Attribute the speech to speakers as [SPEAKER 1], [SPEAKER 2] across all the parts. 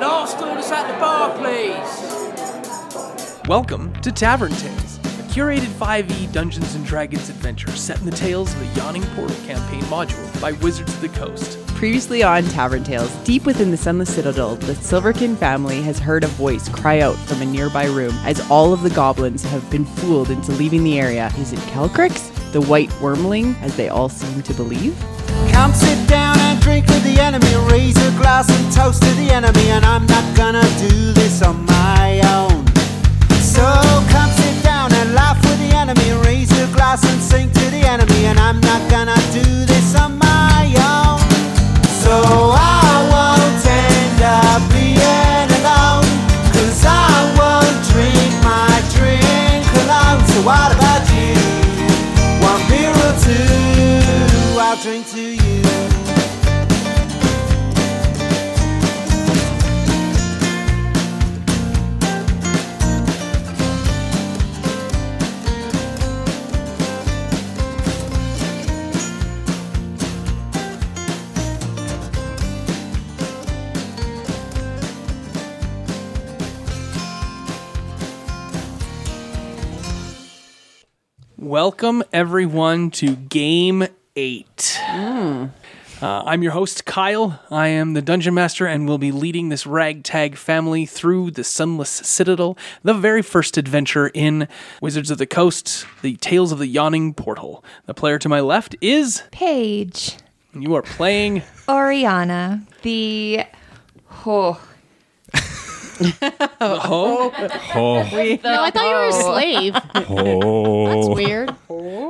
[SPEAKER 1] last orders at the bar, please.
[SPEAKER 2] Welcome to Tavern Tales, a curated 5e Dungeons and Dragons adventure set in the tales of the Yawning Portal campaign module by Wizards of the Coast.
[SPEAKER 3] Previously on Tavern Tales, deep within the Sunless Citadel, the Silverkin family has heard a voice cry out from a nearby room as all of the goblins have been fooled into leaving the area. Is it Calcrix? The White Wormling, as they all seem to believe?
[SPEAKER 4] Come sit down and drink with the enemy. Raise a glass and toast to the enemy. And I'm not gonna do this on my own. So come sit down and laugh with the enemy. Raise a glass and sing to the enemy. And I'm not gonna do this on my own. So I won't end up being alone. Cause I won't drink my drink alone. So what about you? One beer or two, I'll drink to you.
[SPEAKER 2] Welcome, everyone, to Game 8. Uh, I'm your host, Kyle. I am the Dungeon Master and will be leading this ragtag family through the Sunless Citadel, the very first adventure in Wizards of the Coast, the Tales of the Yawning Portal. The player to my left is,
[SPEAKER 5] Paige,
[SPEAKER 2] and you are playing
[SPEAKER 5] Oriana, the oh,
[SPEAKER 6] No, I thought you were a slave. Oh. That's weird.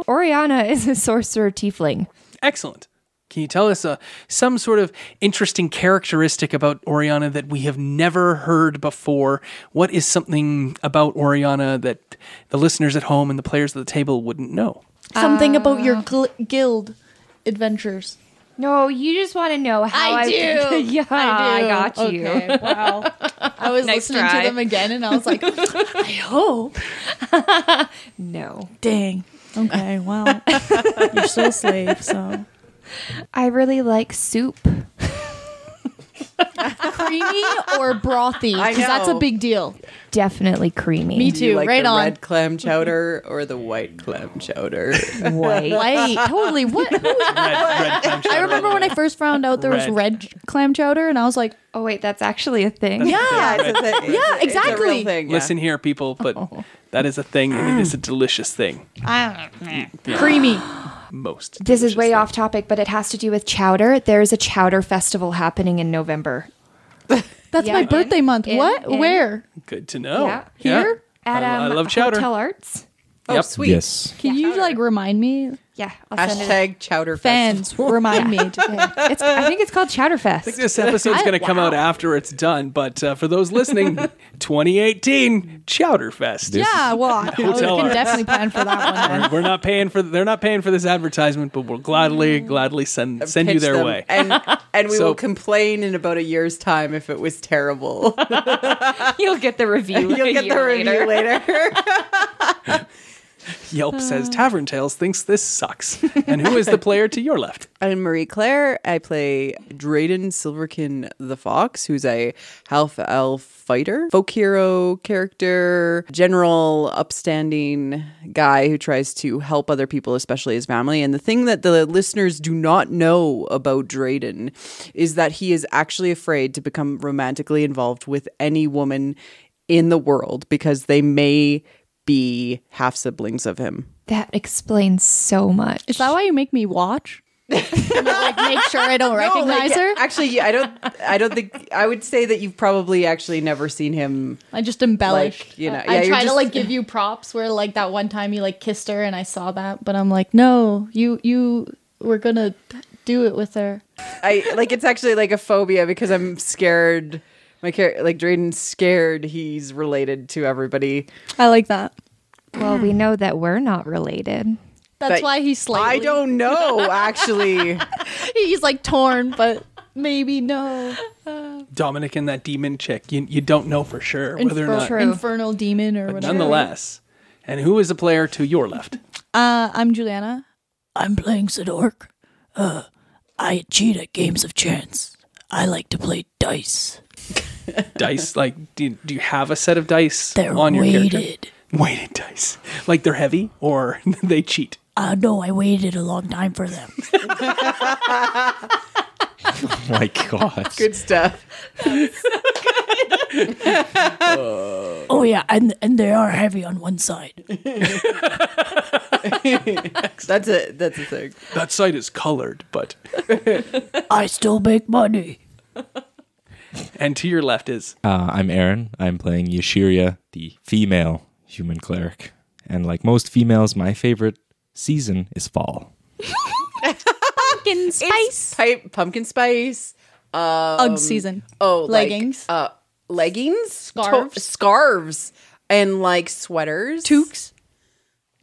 [SPEAKER 5] Oriana is a sorcerer tiefling.
[SPEAKER 2] Excellent. Can you tell us uh, some sort of interesting characteristic about Oriana that we have never heard before? What is something about Oriana that the listeners at home and the players at the table wouldn't know?
[SPEAKER 6] Something about your gl- guild adventures.
[SPEAKER 5] No, you just want to know how I, yeah, I, got you.
[SPEAKER 6] Okay, wow. I was listening
[SPEAKER 5] try.
[SPEAKER 6] to them again and I was like, I hope.
[SPEAKER 5] No,
[SPEAKER 6] Dang. Okay, well, you're still a slave, so.
[SPEAKER 5] I really like soup.
[SPEAKER 6] Creamy or brothy?
[SPEAKER 3] I
[SPEAKER 6] Because that's a
[SPEAKER 3] know.
[SPEAKER 6] big deal.
[SPEAKER 5] Definitely creamy.
[SPEAKER 6] Me too. right on.
[SPEAKER 3] clam chowder or the white clam chowder?
[SPEAKER 5] White.
[SPEAKER 6] Wait, totally. What? Who is- I remember when I first found out there was
[SPEAKER 2] Red.
[SPEAKER 6] red clam chowder, and I was like,
[SPEAKER 5] Oh wait, that's actually a thing.
[SPEAKER 6] yeah,
[SPEAKER 3] yeah,
[SPEAKER 6] exactly.
[SPEAKER 2] Listen here, people, but that is a thing, and it is a delicious thing.
[SPEAKER 6] creamy.
[SPEAKER 2] Most.
[SPEAKER 5] This is
[SPEAKER 2] delicious
[SPEAKER 5] way
[SPEAKER 2] thing.
[SPEAKER 5] off topic, but it has to do with chowder. There's a chowder festival happening in November.
[SPEAKER 6] That's
[SPEAKER 5] Yeah,
[SPEAKER 6] my
[SPEAKER 5] in-
[SPEAKER 6] birthday month.
[SPEAKER 5] in-
[SPEAKER 6] what?
[SPEAKER 5] in-
[SPEAKER 6] Where?
[SPEAKER 2] Good to know.
[SPEAKER 5] Yeah.
[SPEAKER 6] Here?
[SPEAKER 5] At
[SPEAKER 2] Oh, I-
[SPEAKER 5] um,
[SPEAKER 2] I love chowder.
[SPEAKER 5] Hotel Arts.
[SPEAKER 2] Oh, Yep.
[SPEAKER 3] sweet.
[SPEAKER 7] Yes.
[SPEAKER 6] Can you like remind me?
[SPEAKER 5] Yeah, I'll send it.
[SPEAKER 3] chowder
[SPEAKER 6] Fans, remind me.
[SPEAKER 5] It's, I think it's called Chowder Fest.
[SPEAKER 2] This episode's going to come out after it's done, but uh, for those listening, 2018 Chowder Fest.
[SPEAKER 6] yeah, well, I would-
[SPEAKER 2] Hotel
[SPEAKER 6] can
[SPEAKER 2] arts.
[SPEAKER 6] definitely plan for that one. Then.
[SPEAKER 2] We're not paying for. They're not paying for this advertisement, but we'll gladly, gladly send send you
[SPEAKER 8] pitch
[SPEAKER 2] their
[SPEAKER 8] them,
[SPEAKER 2] way.
[SPEAKER 8] And, and we
[SPEAKER 2] So-
[SPEAKER 8] will complain in about a year's time if it was terrible.
[SPEAKER 5] You'll get the review.
[SPEAKER 8] You'll
[SPEAKER 5] a
[SPEAKER 8] get the
[SPEAKER 5] year
[SPEAKER 8] review later.
[SPEAKER 2] Yelp says Tavern Tales thinks this sucks. And who is the player to your left?
[SPEAKER 8] I'm Marie Claire. I play Drayden Silverkin the Fox, who's a half elf fighter, folk hero character, general, upstanding guy who tries to help other people, especially his family. And the thing that the listeners do not know about Drayden is that he is actually afraid to become romantically involved with any woman in the world because they may be half siblings of him.
[SPEAKER 5] That explains so much.
[SPEAKER 6] Is that why you make me watch? like make sure I don't
[SPEAKER 8] No, like,
[SPEAKER 6] recognize her.
[SPEAKER 8] Actually, yeah, I don't. I don't think. I would say that you've probably actually never seen him.
[SPEAKER 6] I just embellished.
[SPEAKER 8] Like, you know,
[SPEAKER 6] I,
[SPEAKER 8] yeah,
[SPEAKER 6] I
[SPEAKER 8] you're
[SPEAKER 6] try to
[SPEAKER 8] just-
[SPEAKER 6] like give you props where like that one time you like kissed her and I saw that, but I'm like, no, you you were gonna do it with her.
[SPEAKER 8] I like. It's actually like a phobia because I'm scared. My character, like Drayden's scared he's related to everybody.
[SPEAKER 6] I like that.
[SPEAKER 5] Well, we know that we're not related.
[SPEAKER 6] That's
[SPEAKER 8] But
[SPEAKER 6] why he's slightly.
[SPEAKER 8] I don't know actually.
[SPEAKER 6] He's like torn, but maybe no.
[SPEAKER 2] Dominic and that demon chick. You, you don't know for sure whether or
[SPEAKER 6] Infer-
[SPEAKER 2] not.
[SPEAKER 5] True.
[SPEAKER 6] Infernal demon or whatever.
[SPEAKER 2] Nonetheless. And who is the player to your left?
[SPEAKER 6] Uh, I'm Juliana.
[SPEAKER 9] I'm playing Sidork. Uh, I cheat at games of chance. I like to play dice.
[SPEAKER 2] dice? Like, do you, do you have a set of dice
[SPEAKER 9] They're
[SPEAKER 2] on your character?
[SPEAKER 9] weighted.
[SPEAKER 2] Weighted dice, like they're heavy or they cheat.
[SPEAKER 9] Uh, no, I waited a long time for them.
[SPEAKER 7] My God.
[SPEAKER 8] Good stuff.
[SPEAKER 9] Oh yeah, and and they are heavy on one side.
[SPEAKER 8] That's a that's a thing.
[SPEAKER 2] That side is colored, but
[SPEAKER 9] I still make money.
[SPEAKER 2] and to your left is
[SPEAKER 7] Uh, I'm Aaron. I'm playing Yashiria, the female human cleric. And like most females, my favorite season is fall.
[SPEAKER 6] Pumpkin spice.
[SPEAKER 8] Pipe pumpkin spice.
[SPEAKER 6] Ugg season.
[SPEAKER 8] Oh, like,
[SPEAKER 6] leggings.
[SPEAKER 8] uh, leggings, To-
[SPEAKER 6] Scarves.
[SPEAKER 8] scarves, and like sweaters,
[SPEAKER 6] toques.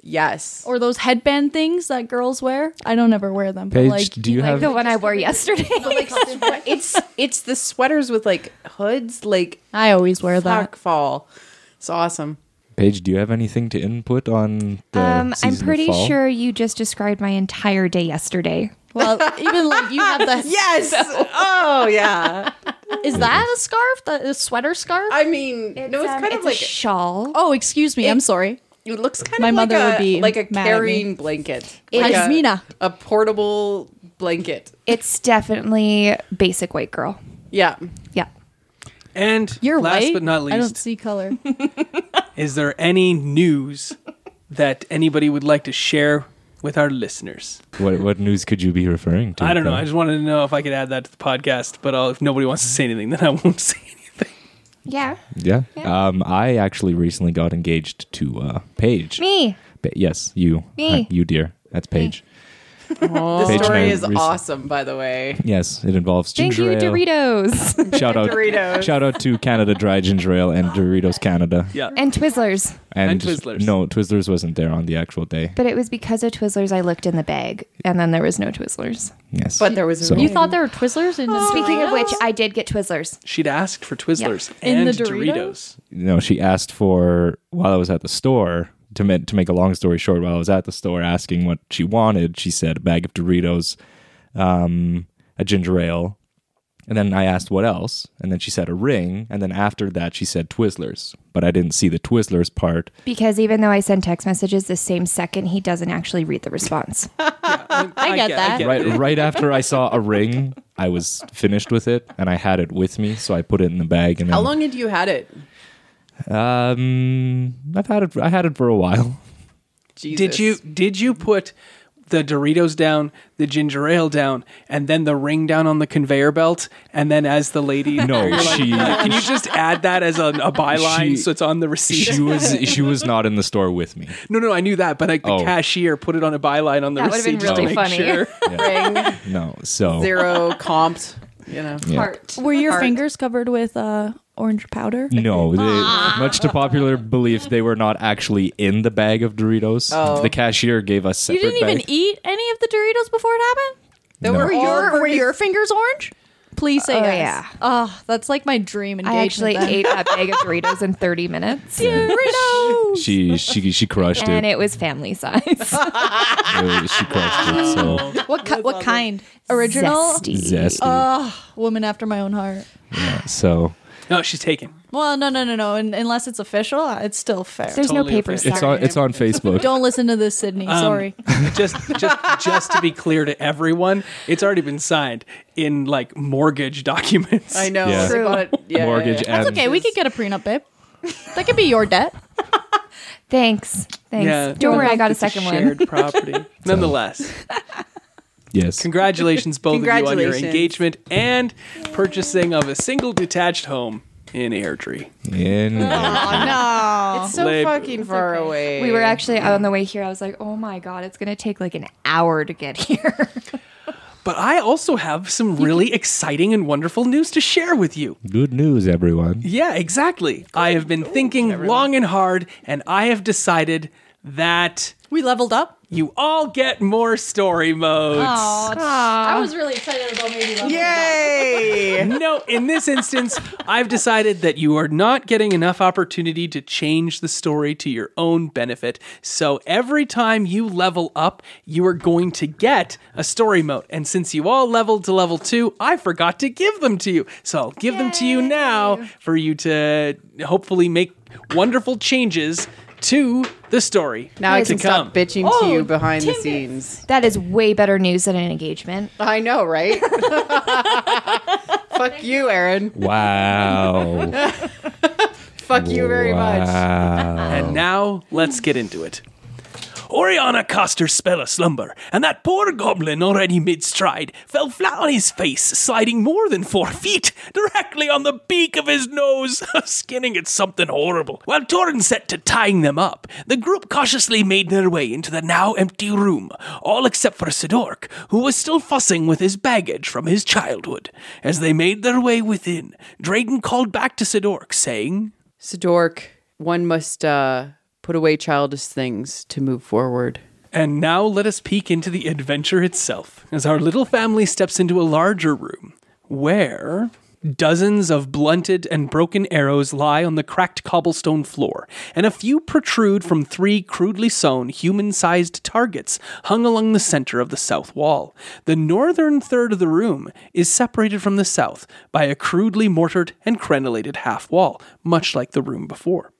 [SPEAKER 8] Yes.
[SPEAKER 6] Or those headband things that girls wear. I don't ever wear them. but,
[SPEAKER 7] Paige,
[SPEAKER 6] like,
[SPEAKER 7] do you
[SPEAKER 5] Like
[SPEAKER 7] have
[SPEAKER 5] the one I wore yesterday.
[SPEAKER 8] it's it's the sweaters with like hoods, like
[SPEAKER 6] I always wear that.
[SPEAKER 8] dark fall. It's awesome.
[SPEAKER 7] Paige? Do you have anything to input on the
[SPEAKER 5] um, I'm
[SPEAKER 7] season of
[SPEAKER 5] pretty
[SPEAKER 7] fall?
[SPEAKER 5] sure you just described my entire day yesterday.
[SPEAKER 6] Well, even like you have the.
[SPEAKER 8] Yes. Oh yeah.
[SPEAKER 6] Is that a scarf? The, a sweater scarf?
[SPEAKER 8] I mean, no, it's
[SPEAKER 5] um,
[SPEAKER 8] kind of
[SPEAKER 5] a
[SPEAKER 8] like
[SPEAKER 5] shawl.
[SPEAKER 6] oh, excuse me. I'm sorry.
[SPEAKER 8] it looks kind
[SPEAKER 6] My
[SPEAKER 8] of
[SPEAKER 6] mother
[SPEAKER 8] like
[SPEAKER 6] would
[SPEAKER 8] a,
[SPEAKER 6] be
[SPEAKER 8] like a
[SPEAKER 6] mad at me.
[SPEAKER 8] carrying blanket,
[SPEAKER 5] It
[SPEAKER 8] like a,
[SPEAKER 5] is-
[SPEAKER 6] Mina.
[SPEAKER 8] a portable blanket.
[SPEAKER 5] It's definitely basic white girl.
[SPEAKER 8] Yeah.
[SPEAKER 5] Yeah.
[SPEAKER 2] and
[SPEAKER 6] You're
[SPEAKER 2] last
[SPEAKER 6] right.
[SPEAKER 2] but not
[SPEAKER 6] I don't
[SPEAKER 2] least.
[SPEAKER 6] see color.
[SPEAKER 2] Is there any news that anybody would like to share with our listeners?
[SPEAKER 7] What what news could you be referring to?
[SPEAKER 2] I don't know.
[SPEAKER 7] though?
[SPEAKER 2] I just wanted to know if I could add that to the podcast, but I'll, if nobody wants to say anything, then I won't say anything.
[SPEAKER 5] Yeah.
[SPEAKER 7] yeah. Um, I actually recently got engaged to uh, Paige.
[SPEAKER 5] Me.
[SPEAKER 7] Pa- yes, you.
[SPEAKER 5] Me.
[SPEAKER 7] Hi- you dear. That's Paige.
[SPEAKER 8] The
[SPEAKER 7] Paige and I
[SPEAKER 8] story is
[SPEAKER 7] recent-
[SPEAKER 8] awesome, by the way.
[SPEAKER 7] Yes, it involves
[SPEAKER 5] Thank
[SPEAKER 7] ginger
[SPEAKER 5] you,
[SPEAKER 7] ale.
[SPEAKER 5] Doritos
[SPEAKER 7] Shout out,
[SPEAKER 8] Doritos.
[SPEAKER 7] shout out to Canada Dry Ginger Ale and Doritos Canada.
[SPEAKER 2] Yeah.
[SPEAKER 5] and Twizzlers.
[SPEAKER 2] And Twizzlers.
[SPEAKER 7] No, Twizzlers wasn't there on the actual day.
[SPEAKER 5] But it was because of Twizzlers I looked in the bag, and then there was no Twizzlers.
[SPEAKER 7] Yes,
[SPEAKER 8] But there was a
[SPEAKER 7] So-
[SPEAKER 6] You thought there were Twizzlers in the
[SPEAKER 5] Speaking of which, I did get Twizzlers.
[SPEAKER 2] She'd asked for Twizzlers
[SPEAKER 6] In
[SPEAKER 2] and
[SPEAKER 6] the
[SPEAKER 2] Doritos.
[SPEAKER 6] Doritos?
[SPEAKER 7] no, she asked for while I was at the store. To make to make a long story short, while I was at the store asking what she wanted, she said a bag of Doritos, um, a ginger ale, and then I asked what else, and then she said a ring, and then after that she said Twizzlers, but I didn't see the Twizzlers part.
[SPEAKER 5] Because even though I send text messages the same second, he doesn't actually read the response.
[SPEAKER 6] I get that.
[SPEAKER 7] Right, right after I saw a ring, I was finished with it, and I had it with me, so I put it in the bag. And then,
[SPEAKER 8] How long had you had it?
[SPEAKER 7] Um, I've had it. I had it for a while.
[SPEAKER 8] Jesus.
[SPEAKER 2] Did you did you put the Doritos down, the ginger ale down, and then the ring down on the conveyor belt, and then as the lady,
[SPEAKER 7] No,
[SPEAKER 2] you're like,
[SPEAKER 7] she-
[SPEAKER 2] "Uh, can you just add that as a, a byline
[SPEAKER 7] She-
[SPEAKER 2] so it's on the receipt?
[SPEAKER 7] She was she was not in the store with me.
[SPEAKER 2] no, no, I knew that, but like the
[SPEAKER 7] Oh.
[SPEAKER 2] cashier put it on a byline on the
[SPEAKER 5] That would've
[SPEAKER 2] receipt
[SPEAKER 5] been
[SPEAKER 2] just to
[SPEAKER 5] really
[SPEAKER 2] make
[SPEAKER 5] funny.
[SPEAKER 2] sure.
[SPEAKER 8] Ring,
[SPEAKER 7] No, so
[SPEAKER 8] zero comped? You know.
[SPEAKER 7] yeah.
[SPEAKER 6] Were your fingers covered with uh, orange powder?
[SPEAKER 7] No, they, much to popular belief, they were not actually in the bag of Doritos. The cashier gave us
[SPEAKER 6] You
[SPEAKER 7] separate
[SPEAKER 6] didn't even
[SPEAKER 7] bag.
[SPEAKER 6] eat any of the Doritos before it happened?
[SPEAKER 7] No.
[SPEAKER 6] Were your were your fingers orange? Please say
[SPEAKER 5] Oh,
[SPEAKER 6] yes.
[SPEAKER 5] yeah.
[SPEAKER 6] Oh, that's like my dream engagement.
[SPEAKER 5] I actually
[SPEAKER 6] then.
[SPEAKER 5] ate that bag of Doritos in 30 minutes,
[SPEAKER 6] Doritos.
[SPEAKER 7] She she she crushed
[SPEAKER 5] and
[SPEAKER 7] it.
[SPEAKER 5] it was family size.
[SPEAKER 7] Uh, She crushed it. So
[SPEAKER 6] what ki- what kind? Original
[SPEAKER 5] Zesty.
[SPEAKER 7] zesty.
[SPEAKER 6] woman after my own heart.
[SPEAKER 7] so
[SPEAKER 2] No, she's taken.
[SPEAKER 6] Well, no, no, no, no. Un- unless it's official, uh, it's still fair.
[SPEAKER 5] There's
[SPEAKER 2] Totally
[SPEAKER 5] no paper
[SPEAKER 2] offended.
[SPEAKER 7] it's on it's on Facebook.
[SPEAKER 6] Don't listen to this, Sydney. Sorry.
[SPEAKER 2] just just just to be clear to everyone, it's already been signed in like mortgage documents.
[SPEAKER 8] I know.
[SPEAKER 7] Yeah.
[SPEAKER 8] they
[SPEAKER 5] True.
[SPEAKER 8] bought it- yeah, yeah,
[SPEAKER 7] Mortgage
[SPEAKER 8] yeah.
[SPEAKER 7] and
[SPEAKER 6] Okay, we could get a prenup, babe. That could be your debt.
[SPEAKER 5] Thanks. Thanks. Don't worry, I got a
[SPEAKER 2] It's
[SPEAKER 5] second one.
[SPEAKER 2] shared property. Nonetheless,
[SPEAKER 7] yes.
[SPEAKER 2] congratulations both of you on your
[SPEAKER 8] Congratulations.
[SPEAKER 2] engagement and purchasing of a single detached home in Airdrie.
[SPEAKER 7] In-
[SPEAKER 6] Ah.
[SPEAKER 8] It's so
[SPEAKER 2] Lab-
[SPEAKER 8] fucking far away.
[SPEAKER 5] We were actually on the way here. I was like, oh my God, it's going to take like an hour to get here.
[SPEAKER 2] But I also have some really exciting and wonderful news to share with you.
[SPEAKER 7] Good news, everyone.
[SPEAKER 2] Yeah, exactly. I have been thinking long and hard, and I have decided that
[SPEAKER 6] We leveled up.
[SPEAKER 2] You all get more story modes.
[SPEAKER 6] Oh, I was really excited about maybe level.
[SPEAKER 8] Yay!
[SPEAKER 2] No, in this instance, I've decided that you are not getting enough opportunity to change the story to your own benefit. So every time you level up, you are going to get a story mode. And since you all leveled to level two, I forgot to give them to you. So I'll give them to you now for you to hopefully make wonderful changes to the story.
[SPEAKER 8] Now I
[SPEAKER 5] Guys,
[SPEAKER 8] can
[SPEAKER 2] to come.
[SPEAKER 8] stop bitching to
[SPEAKER 6] Oh,
[SPEAKER 8] you behind the
[SPEAKER 6] Timbits.
[SPEAKER 8] scenes.
[SPEAKER 5] That is way better news than an engagement.
[SPEAKER 8] I know, right? Fuck you, Aaron.
[SPEAKER 7] Wow.
[SPEAKER 8] Fuck you very much.
[SPEAKER 7] Wow.
[SPEAKER 2] And now let's get into it. Oriana cast her spell of slumber, and that poor goblin, already mid stride, fell flat on his face, sliding more than four feet directly on the beak of his nose, skinning it something horrible. While Torin set to tying them up, the group cautiously made their way into the now empty room, all except for Sidork, who was still fussing with his baggage from his childhood. As they made their way within, Drayden called back to Sidork, saying,
[SPEAKER 8] Sidork, one must uh, put away childish things to move forward.
[SPEAKER 2] And now let us peek into the adventure itself as our little family steps into a larger room where dozens of blunted and broken arrows lie on the cracked cobblestone floor, and a few protrude from three crudely sewn human sized targets hung along the center of the south wall. The northern third of the room is separated from the south by a crudely mortared and crenellated half wall, much like the room before.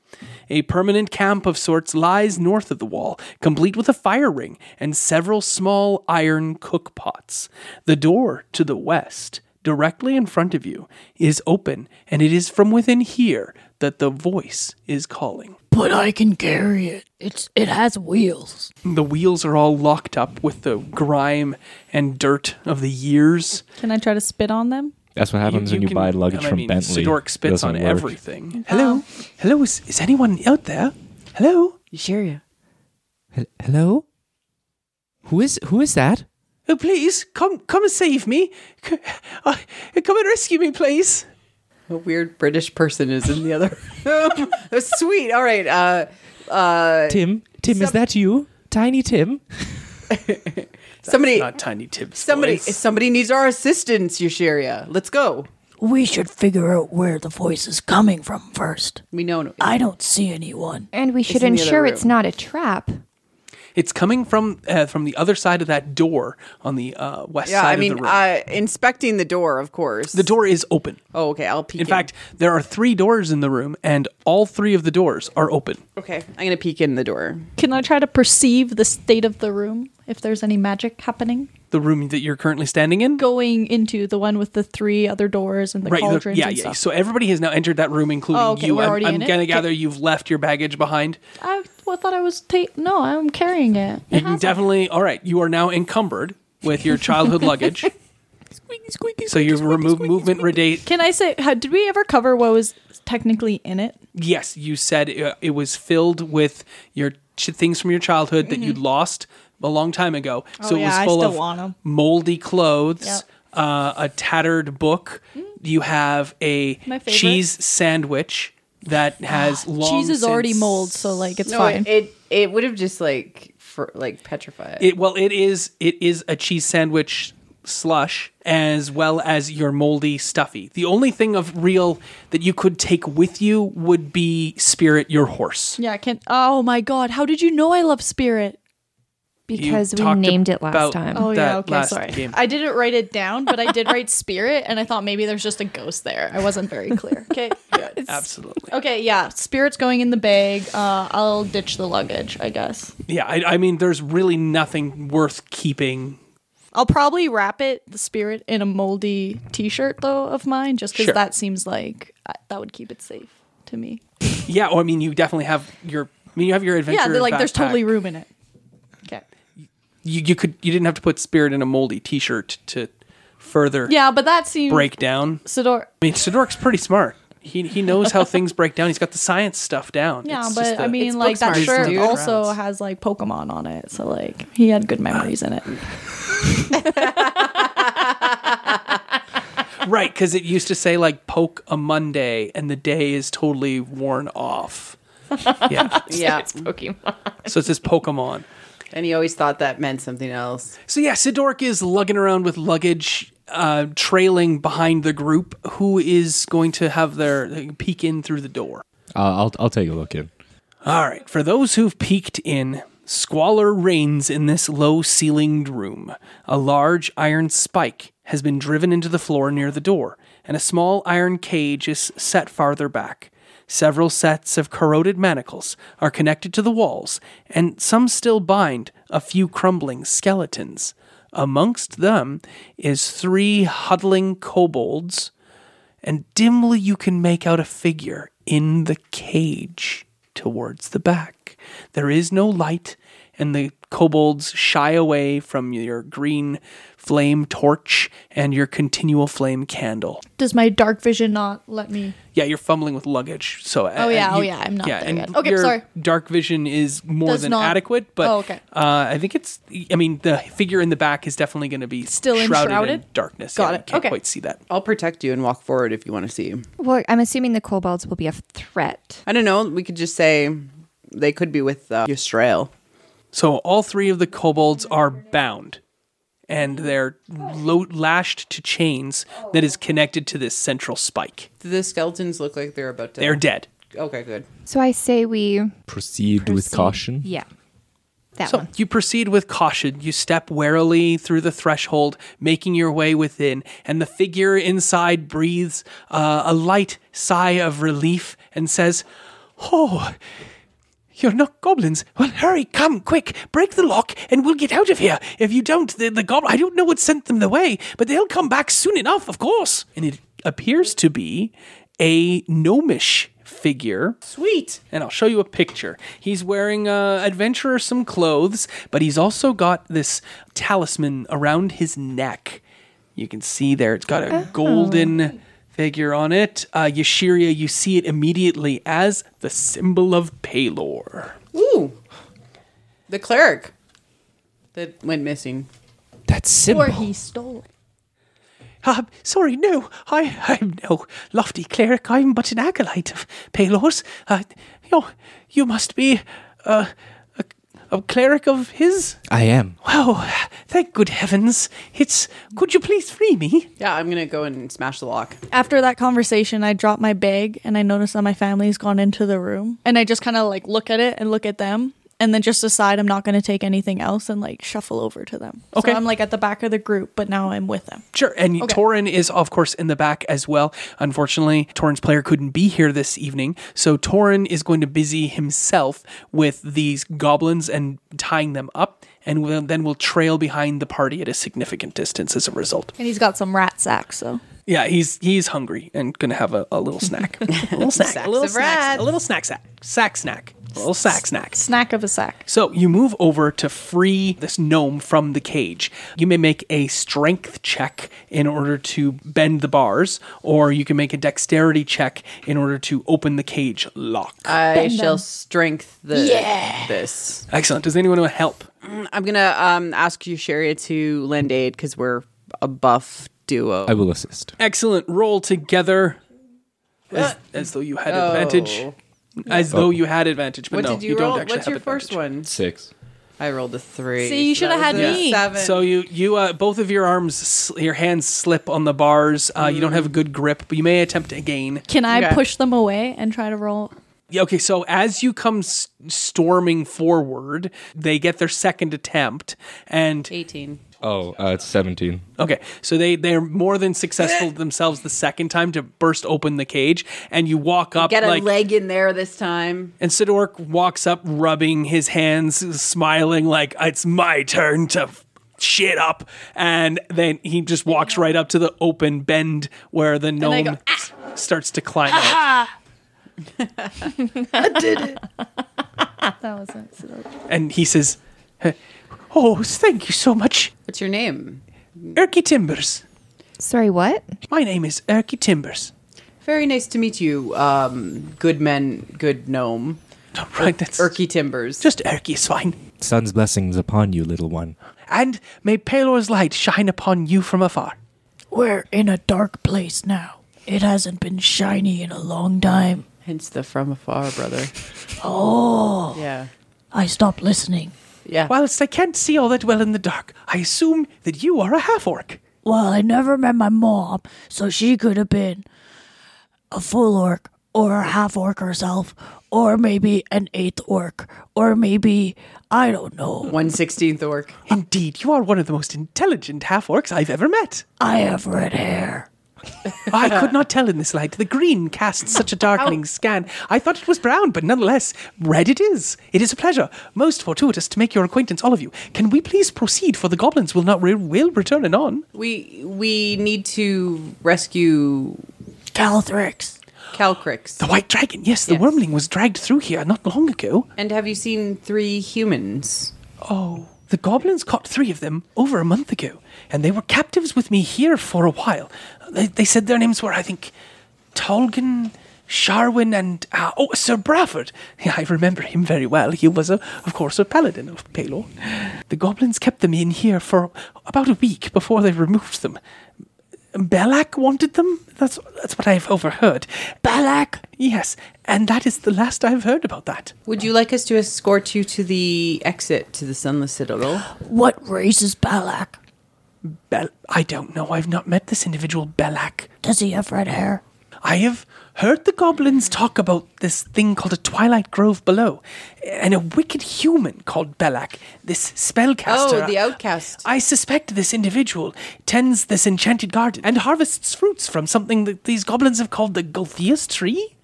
[SPEAKER 2] A permanent camp of sorts lies north of the wall, complete with a fire ring and several small iron cook pots. The door to the west, directly in front of you, is open, and it is from within here that the voice is calling.
[SPEAKER 9] But I can carry it. It's it has wheels.
[SPEAKER 2] The wheels are all locked up with the grime and dirt of the years.
[SPEAKER 6] Can I try to spit on them?
[SPEAKER 7] That's what happens when you
[SPEAKER 2] can-
[SPEAKER 7] buy luggage
[SPEAKER 2] I
[SPEAKER 7] from
[SPEAKER 2] mean,
[SPEAKER 7] Bentley.
[SPEAKER 2] Sidork spits
[SPEAKER 7] Doesn't
[SPEAKER 2] on
[SPEAKER 7] work.
[SPEAKER 2] everything. Hello? Hello? Is, is anyone out there? Hello?
[SPEAKER 8] You sure you?
[SPEAKER 10] Hello? Who is who is that?
[SPEAKER 2] Oh, please, come, come and save me. C- uh, Come and rescue me, please.
[SPEAKER 8] A weird British person is in the other room. Sweet. All right. Uh, uh,
[SPEAKER 10] Tim? Tim, is that you? Tiny Tim?
[SPEAKER 8] somebody.
[SPEAKER 2] Not Tiny Tim's
[SPEAKER 8] Somebody,
[SPEAKER 2] voice.
[SPEAKER 8] somebody needs our assistance, Yashiria. Let's go.
[SPEAKER 9] We should figure out where the voice is coming from first.
[SPEAKER 8] We know.
[SPEAKER 9] I don't see anyone.
[SPEAKER 5] And we should
[SPEAKER 8] in the other
[SPEAKER 5] ensure it's
[SPEAKER 8] room.
[SPEAKER 5] not a trap.
[SPEAKER 2] It's coming from uh, from the other side of that door on the uh, west
[SPEAKER 8] Yeah,
[SPEAKER 2] side
[SPEAKER 8] I mean,
[SPEAKER 2] of the room.
[SPEAKER 8] uh, inspecting the door, of course.
[SPEAKER 2] the door is open.
[SPEAKER 8] Oh, okay. I'll peek.
[SPEAKER 2] In fact, there are three doors in the room, and all three of the doors are open.
[SPEAKER 8] okay, I'm gonna peek in the door.
[SPEAKER 6] Can I try to perceive the state of the room if there's any magic happening?
[SPEAKER 2] The room that you're currently standing in.
[SPEAKER 6] Going into the one with the three other doors and the
[SPEAKER 2] Right, the-
[SPEAKER 6] cauldrons
[SPEAKER 2] yeah,
[SPEAKER 6] and
[SPEAKER 2] yeah.
[SPEAKER 6] stuff.
[SPEAKER 2] So everybody has now entered that room, including
[SPEAKER 6] Oh, okay,
[SPEAKER 2] you.
[SPEAKER 6] we're
[SPEAKER 2] I'm,
[SPEAKER 6] already
[SPEAKER 2] I'm
[SPEAKER 6] in it?
[SPEAKER 2] gonna
[SPEAKER 6] Okay.
[SPEAKER 2] gather you've left your baggage behind.
[SPEAKER 6] I well, thought I was ta- no, I'm carrying it.
[SPEAKER 2] You can definitely. All right, you are now encumbered with your childhood luggage. so you remove movement redate
[SPEAKER 6] Can I say? How, did we ever cover what was technically in it?
[SPEAKER 2] Yes, you said it, it was filled with your ch- things from your childhood that you lost a long time ago. so
[SPEAKER 6] Mm-hmm. Oh,
[SPEAKER 2] it
[SPEAKER 6] yeah,
[SPEAKER 2] was
[SPEAKER 6] I
[SPEAKER 2] full
[SPEAKER 6] still
[SPEAKER 2] of
[SPEAKER 6] want 'em.
[SPEAKER 2] moldy clothes,
[SPEAKER 6] Yep. Mm.
[SPEAKER 2] uh, a tattered book. You have a
[SPEAKER 6] My favorite. Ah,
[SPEAKER 2] cheese sandwich that has long
[SPEAKER 6] Cheese is already
[SPEAKER 2] since-
[SPEAKER 6] mold, so like it's
[SPEAKER 8] No,
[SPEAKER 6] fine.
[SPEAKER 8] it it, it would have just like for like petrified.
[SPEAKER 2] It, well, it is it is a cheese sandwich slush as well as your moldy stuffy. The only thing of real that you could take with you would be spirit your horse.
[SPEAKER 6] yeah, can. Oh my god, how did you know I love spirit?
[SPEAKER 2] You
[SPEAKER 5] Because we
[SPEAKER 2] talked
[SPEAKER 5] named it last
[SPEAKER 2] about
[SPEAKER 5] time.
[SPEAKER 2] that
[SPEAKER 6] Oh yeah, okay,
[SPEAKER 2] last
[SPEAKER 6] sorry.
[SPEAKER 2] game.
[SPEAKER 6] I didn't write it down, but I did write spirit, and I thought maybe there's just a ghost there. I wasn't very clear. Okay, good.
[SPEAKER 2] Absolutely.
[SPEAKER 6] Okay, yeah, spirit's going in the bag. Uh, I'll ditch the luggage, I guess.
[SPEAKER 2] Yeah, I, I mean, there's really nothing worth keeping.
[SPEAKER 6] I'll probably wrap it, the spirit, in a moldy T-shirt though of mine, just because
[SPEAKER 2] Sure.
[SPEAKER 6] that seems like uh, that would keep it safe to me.
[SPEAKER 2] Yeah, well, I mean, you definitely have your. I mean, you have your adventure.
[SPEAKER 6] yeah, they're like there's
[SPEAKER 2] backpack.
[SPEAKER 6] totally room in it. Okay.
[SPEAKER 2] You, you could you didn't have to put spirit in a moldy T-shirt to further
[SPEAKER 6] Yeah, but that seems
[SPEAKER 2] break down.
[SPEAKER 6] Sidor.
[SPEAKER 2] I mean, Sidork's pretty smart. He he knows how things break down. He's got the science stuff down.
[SPEAKER 6] Yeah,
[SPEAKER 2] It's just
[SPEAKER 6] but I
[SPEAKER 2] a-
[SPEAKER 6] mean,
[SPEAKER 8] it's
[SPEAKER 6] like that
[SPEAKER 8] Booksmart,
[SPEAKER 6] shirt
[SPEAKER 8] dude.
[SPEAKER 6] also has like Pokemon on it, so like he had good memories in it.
[SPEAKER 2] right because it used to say like poke a Monday, and the day is totally worn off. Yeah,
[SPEAKER 8] yeah,
[SPEAKER 5] Oh.
[SPEAKER 2] so it says Pokemon.
[SPEAKER 8] And he always thought that meant something else.
[SPEAKER 2] So yeah, Sidork is lugging around with luggage, uh, trailing behind the group who is going to have their they can peek in through the door.
[SPEAKER 7] Uh, I'll I'll take a look in.
[SPEAKER 2] All right, for those who've peeked in, squalor reigns in this low ceilinged room. A large iron spike has been driven into the floor near the door, and a small iron cage is set farther back. Several sets of corroded manacles are connected to the walls, and some still bind a few crumbling skeletons. Amongst them is three huddling kobolds, and dimly you can make out a figure in the cage towards the back. There is no light, and the kobolds shy away from your green flame torch and your continual flame candle.
[SPEAKER 6] Does my dark vision not let me?
[SPEAKER 2] Yeah, you're fumbling with luggage, so uh,
[SPEAKER 6] Oh, yeah,
[SPEAKER 2] uh,
[SPEAKER 6] oh, yeah, I'm not there
[SPEAKER 2] and
[SPEAKER 6] yet. Okay,
[SPEAKER 2] your
[SPEAKER 6] sorry.
[SPEAKER 2] Dark vision is more
[SPEAKER 6] Does
[SPEAKER 2] than
[SPEAKER 6] not-
[SPEAKER 2] adequate, but
[SPEAKER 6] Oh, okay.
[SPEAKER 2] uh, I think it's. I mean, the figure in the back is definitely going to be
[SPEAKER 6] Still
[SPEAKER 2] shrouded, in
[SPEAKER 6] enshrouded?
[SPEAKER 2] darkness.
[SPEAKER 6] Got
[SPEAKER 2] Yeah,
[SPEAKER 6] it.
[SPEAKER 2] Can't
[SPEAKER 6] Okay.
[SPEAKER 2] quite see that.
[SPEAKER 8] I'll protect you and walk forward if you want to see him.
[SPEAKER 5] Well, I'm assuming the kobolds will be a threat.
[SPEAKER 8] I don't know. We could just say they could be with uh, Ystrael.
[SPEAKER 2] So all three of the kobolds are bound, and they're lo- lashed to chains that is connected to this central spike.
[SPEAKER 8] Do the skeletons look like they're about to?
[SPEAKER 2] They're dead.
[SPEAKER 8] Okay, good.
[SPEAKER 5] So I say we.
[SPEAKER 7] Proceed, with caution.
[SPEAKER 5] Yeah. That
[SPEAKER 2] so
[SPEAKER 5] one.
[SPEAKER 2] you proceed with caution. You step warily through the threshold, making your way within, and the figure inside breathes uh, a light sigh of relief and says, "Oh." You're not goblins. Well, hurry, come, quick, break the lock, and we'll get out of here. If you don't, the, the goblin, I don't know what sent them the way, but they'll come back soon enough, of course. And it appears to be a gnomish figure. Sweet. And I'll show you a picture. He's wearing uh, adventurer some clothes, but he's also got this talisman around his neck. You can see there, it's got a golden figure on it. Uh, Yashiria, you see it immediately as the symbol of Palor.
[SPEAKER 8] Ooh, the cleric that went missing.
[SPEAKER 10] That's simple.
[SPEAKER 6] Or he stole it.
[SPEAKER 2] Um, sorry, no, I, I'm no lofty cleric. I'm but an acolyte of Palor's. Uh, you, you must be uh, a, a cleric of his.
[SPEAKER 10] I am.
[SPEAKER 2] Wow, thank good heavens. It's. Could you please free me?
[SPEAKER 8] Yeah, I'm gonna go and smash the lock.
[SPEAKER 6] After that conversation, I drop my bag and I notice that my family's gone into the room. And I just kind of like look at it and look at them and then just decide I'm not going to take anything else and like shuffle over to them.
[SPEAKER 2] Okay.
[SPEAKER 6] So I'm like at the back of the group, but now I'm with them.
[SPEAKER 2] Sure. And Torin is, of course, in the back as well. Unfortunately, Torin's player couldn't be here this evening. So Torin is going to busy himself with these goblins and tying them up. And will, then will trail behind the party at a significant distance as a result.
[SPEAKER 6] And he's got some rat sacks, so.
[SPEAKER 2] Yeah, he's he's hungry and gonna have a, a little snack. a little snack.
[SPEAKER 8] Sacks
[SPEAKER 2] A little
[SPEAKER 8] of
[SPEAKER 2] snack.
[SPEAKER 8] rats.
[SPEAKER 2] A little snack sack. Sack snack. A little sack snack.
[SPEAKER 6] Snack of a sack.
[SPEAKER 2] So you move over to free this gnome from the cage. You may make a strength check in order to bend the bars, or you can make a dexterity check in order to open the cage lock.
[SPEAKER 8] I shall strength the this.
[SPEAKER 2] Excellent. Does anyone want to help?
[SPEAKER 8] I'm gonna um ask you, Sharia, to lend aid because we're a buff duo.
[SPEAKER 7] I will assist.
[SPEAKER 2] Excellent. Roll together
[SPEAKER 8] Uh,
[SPEAKER 2] as, as though you had advantage. As though you had advantage, but
[SPEAKER 8] oh. what
[SPEAKER 2] no,
[SPEAKER 8] did you,
[SPEAKER 2] you,
[SPEAKER 8] roll?
[SPEAKER 2] don't actually
[SPEAKER 8] What's
[SPEAKER 2] have
[SPEAKER 8] your first
[SPEAKER 2] advantage.
[SPEAKER 8] one?
[SPEAKER 7] Six.
[SPEAKER 8] I rolled a three.
[SPEAKER 6] See, you
[SPEAKER 8] so
[SPEAKER 6] should
[SPEAKER 8] that
[SPEAKER 6] have had
[SPEAKER 8] was a
[SPEAKER 6] me.
[SPEAKER 8] Seven.
[SPEAKER 2] So you you uh, both of your arms, sl- your hands slip on the bars. Uh,
[SPEAKER 8] Mm-hmm.
[SPEAKER 2] You don't have a good grip, but you may attempt again.
[SPEAKER 6] Can I
[SPEAKER 8] Okay.
[SPEAKER 6] push them away and try to roll?
[SPEAKER 2] Yeah, okay, so as you come s- storming forward, they get their second attempt, and
[SPEAKER 8] eighteen.
[SPEAKER 7] Oh, uh, it's seventeen.
[SPEAKER 2] okay, so they they're more than successful themselves the second time to burst open the cage, and you walk up
[SPEAKER 8] Get a
[SPEAKER 2] like.
[SPEAKER 8] leg in there this time.
[SPEAKER 2] and Sidork walks up, rubbing his hands, smiling like it's my turn to f- shit up. And then he just walks right up to the open bend where the
[SPEAKER 6] I
[SPEAKER 2] gnome
[SPEAKER 6] go,
[SPEAKER 2] s- starts to climb out.
[SPEAKER 6] That wasn't. So
[SPEAKER 2] And he says, "Eh, "Oh, thank you so much,
[SPEAKER 8] What's your name?
[SPEAKER 2] Erky Timbers."
[SPEAKER 5] Sorry, what?
[SPEAKER 2] My name is Erky Timbers.
[SPEAKER 8] Very nice to meet you, um, good men, good gnome.
[SPEAKER 2] Right, that's
[SPEAKER 8] Erky Timbers.
[SPEAKER 2] just Erky is fine.
[SPEAKER 7] Sun's blessings upon you, little one.
[SPEAKER 2] And may Palor's light shine upon you from afar.
[SPEAKER 9] We're in a dark place now. It hasn't been shiny in a long time.
[SPEAKER 8] hence the from afar, brother.
[SPEAKER 9] Oh,
[SPEAKER 8] Yeah.
[SPEAKER 9] I stopped listening.
[SPEAKER 8] Yeah.
[SPEAKER 2] Whilst I can't see all that well in the dark, I assume that you are a half orc.
[SPEAKER 9] Well, I never met my mom, so she could have been a full orc or a half orc herself, or maybe an eighth orc, or maybe, I don't know.
[SPEAKER 8] 116th orc.
[SPEAKER 2] Indeed, you are one of the most intelligent half orcs I've ever met.
[SPEAKER 9] I have red hair.
[SPEAKER 2] I could not tell in this light. The green casts such a darkening scan. I thought it was brown, but nonetheless, red it is. It is a pleasure, most fortuitous, to make your acquaintance, all of you. Can we please proceed, for the goblins will not re- will return anon.
[SPEAKER 8] We we need to rescue
[SPEAKER 9] Calthrix.
[SPEAKER 8] Calcrix.
[SPEAKER 2] The white dragon, yes, the wormling was dragged through here not long ago.
[SPEAKER 8] And have you seen three humans?
[SPEAKER 2] Oh, the goblins caught three of them over a month ago, and they were captives with me here for a while. They, they said their names were, I think, Tolgan, Sharwin, and uh, oh, Sir Bradford. Yeah, I remember him very well. He was, a, of course, a paladin of Palor. The goblins kept them in here for about a week before they removed them. Belak wanted them. That's that's what I've overheard. Belak, yes, and that is the last I've heard about that.
[SPEAKER 8] Would you like us to escort you to the exit to the Sunless Citadel?
[SPEAKER 9] What race is Balak?
[SPEAKER 2] Bel- I don't know. I've not met this individual Belak.
[SPEAKER 9] Does he have red hair?
[SPEAKER 2] I have heard the goblins talk about this thing called a Twilight Grove below, and a wicked human called Belak, this spellcaster.
[SPEAKER 8] Oh, the outcast.
[SPEAKER 2] I suspect this individual tends this enchanted garden and harvests fruits from something that these goblins have called the Gultheus tree.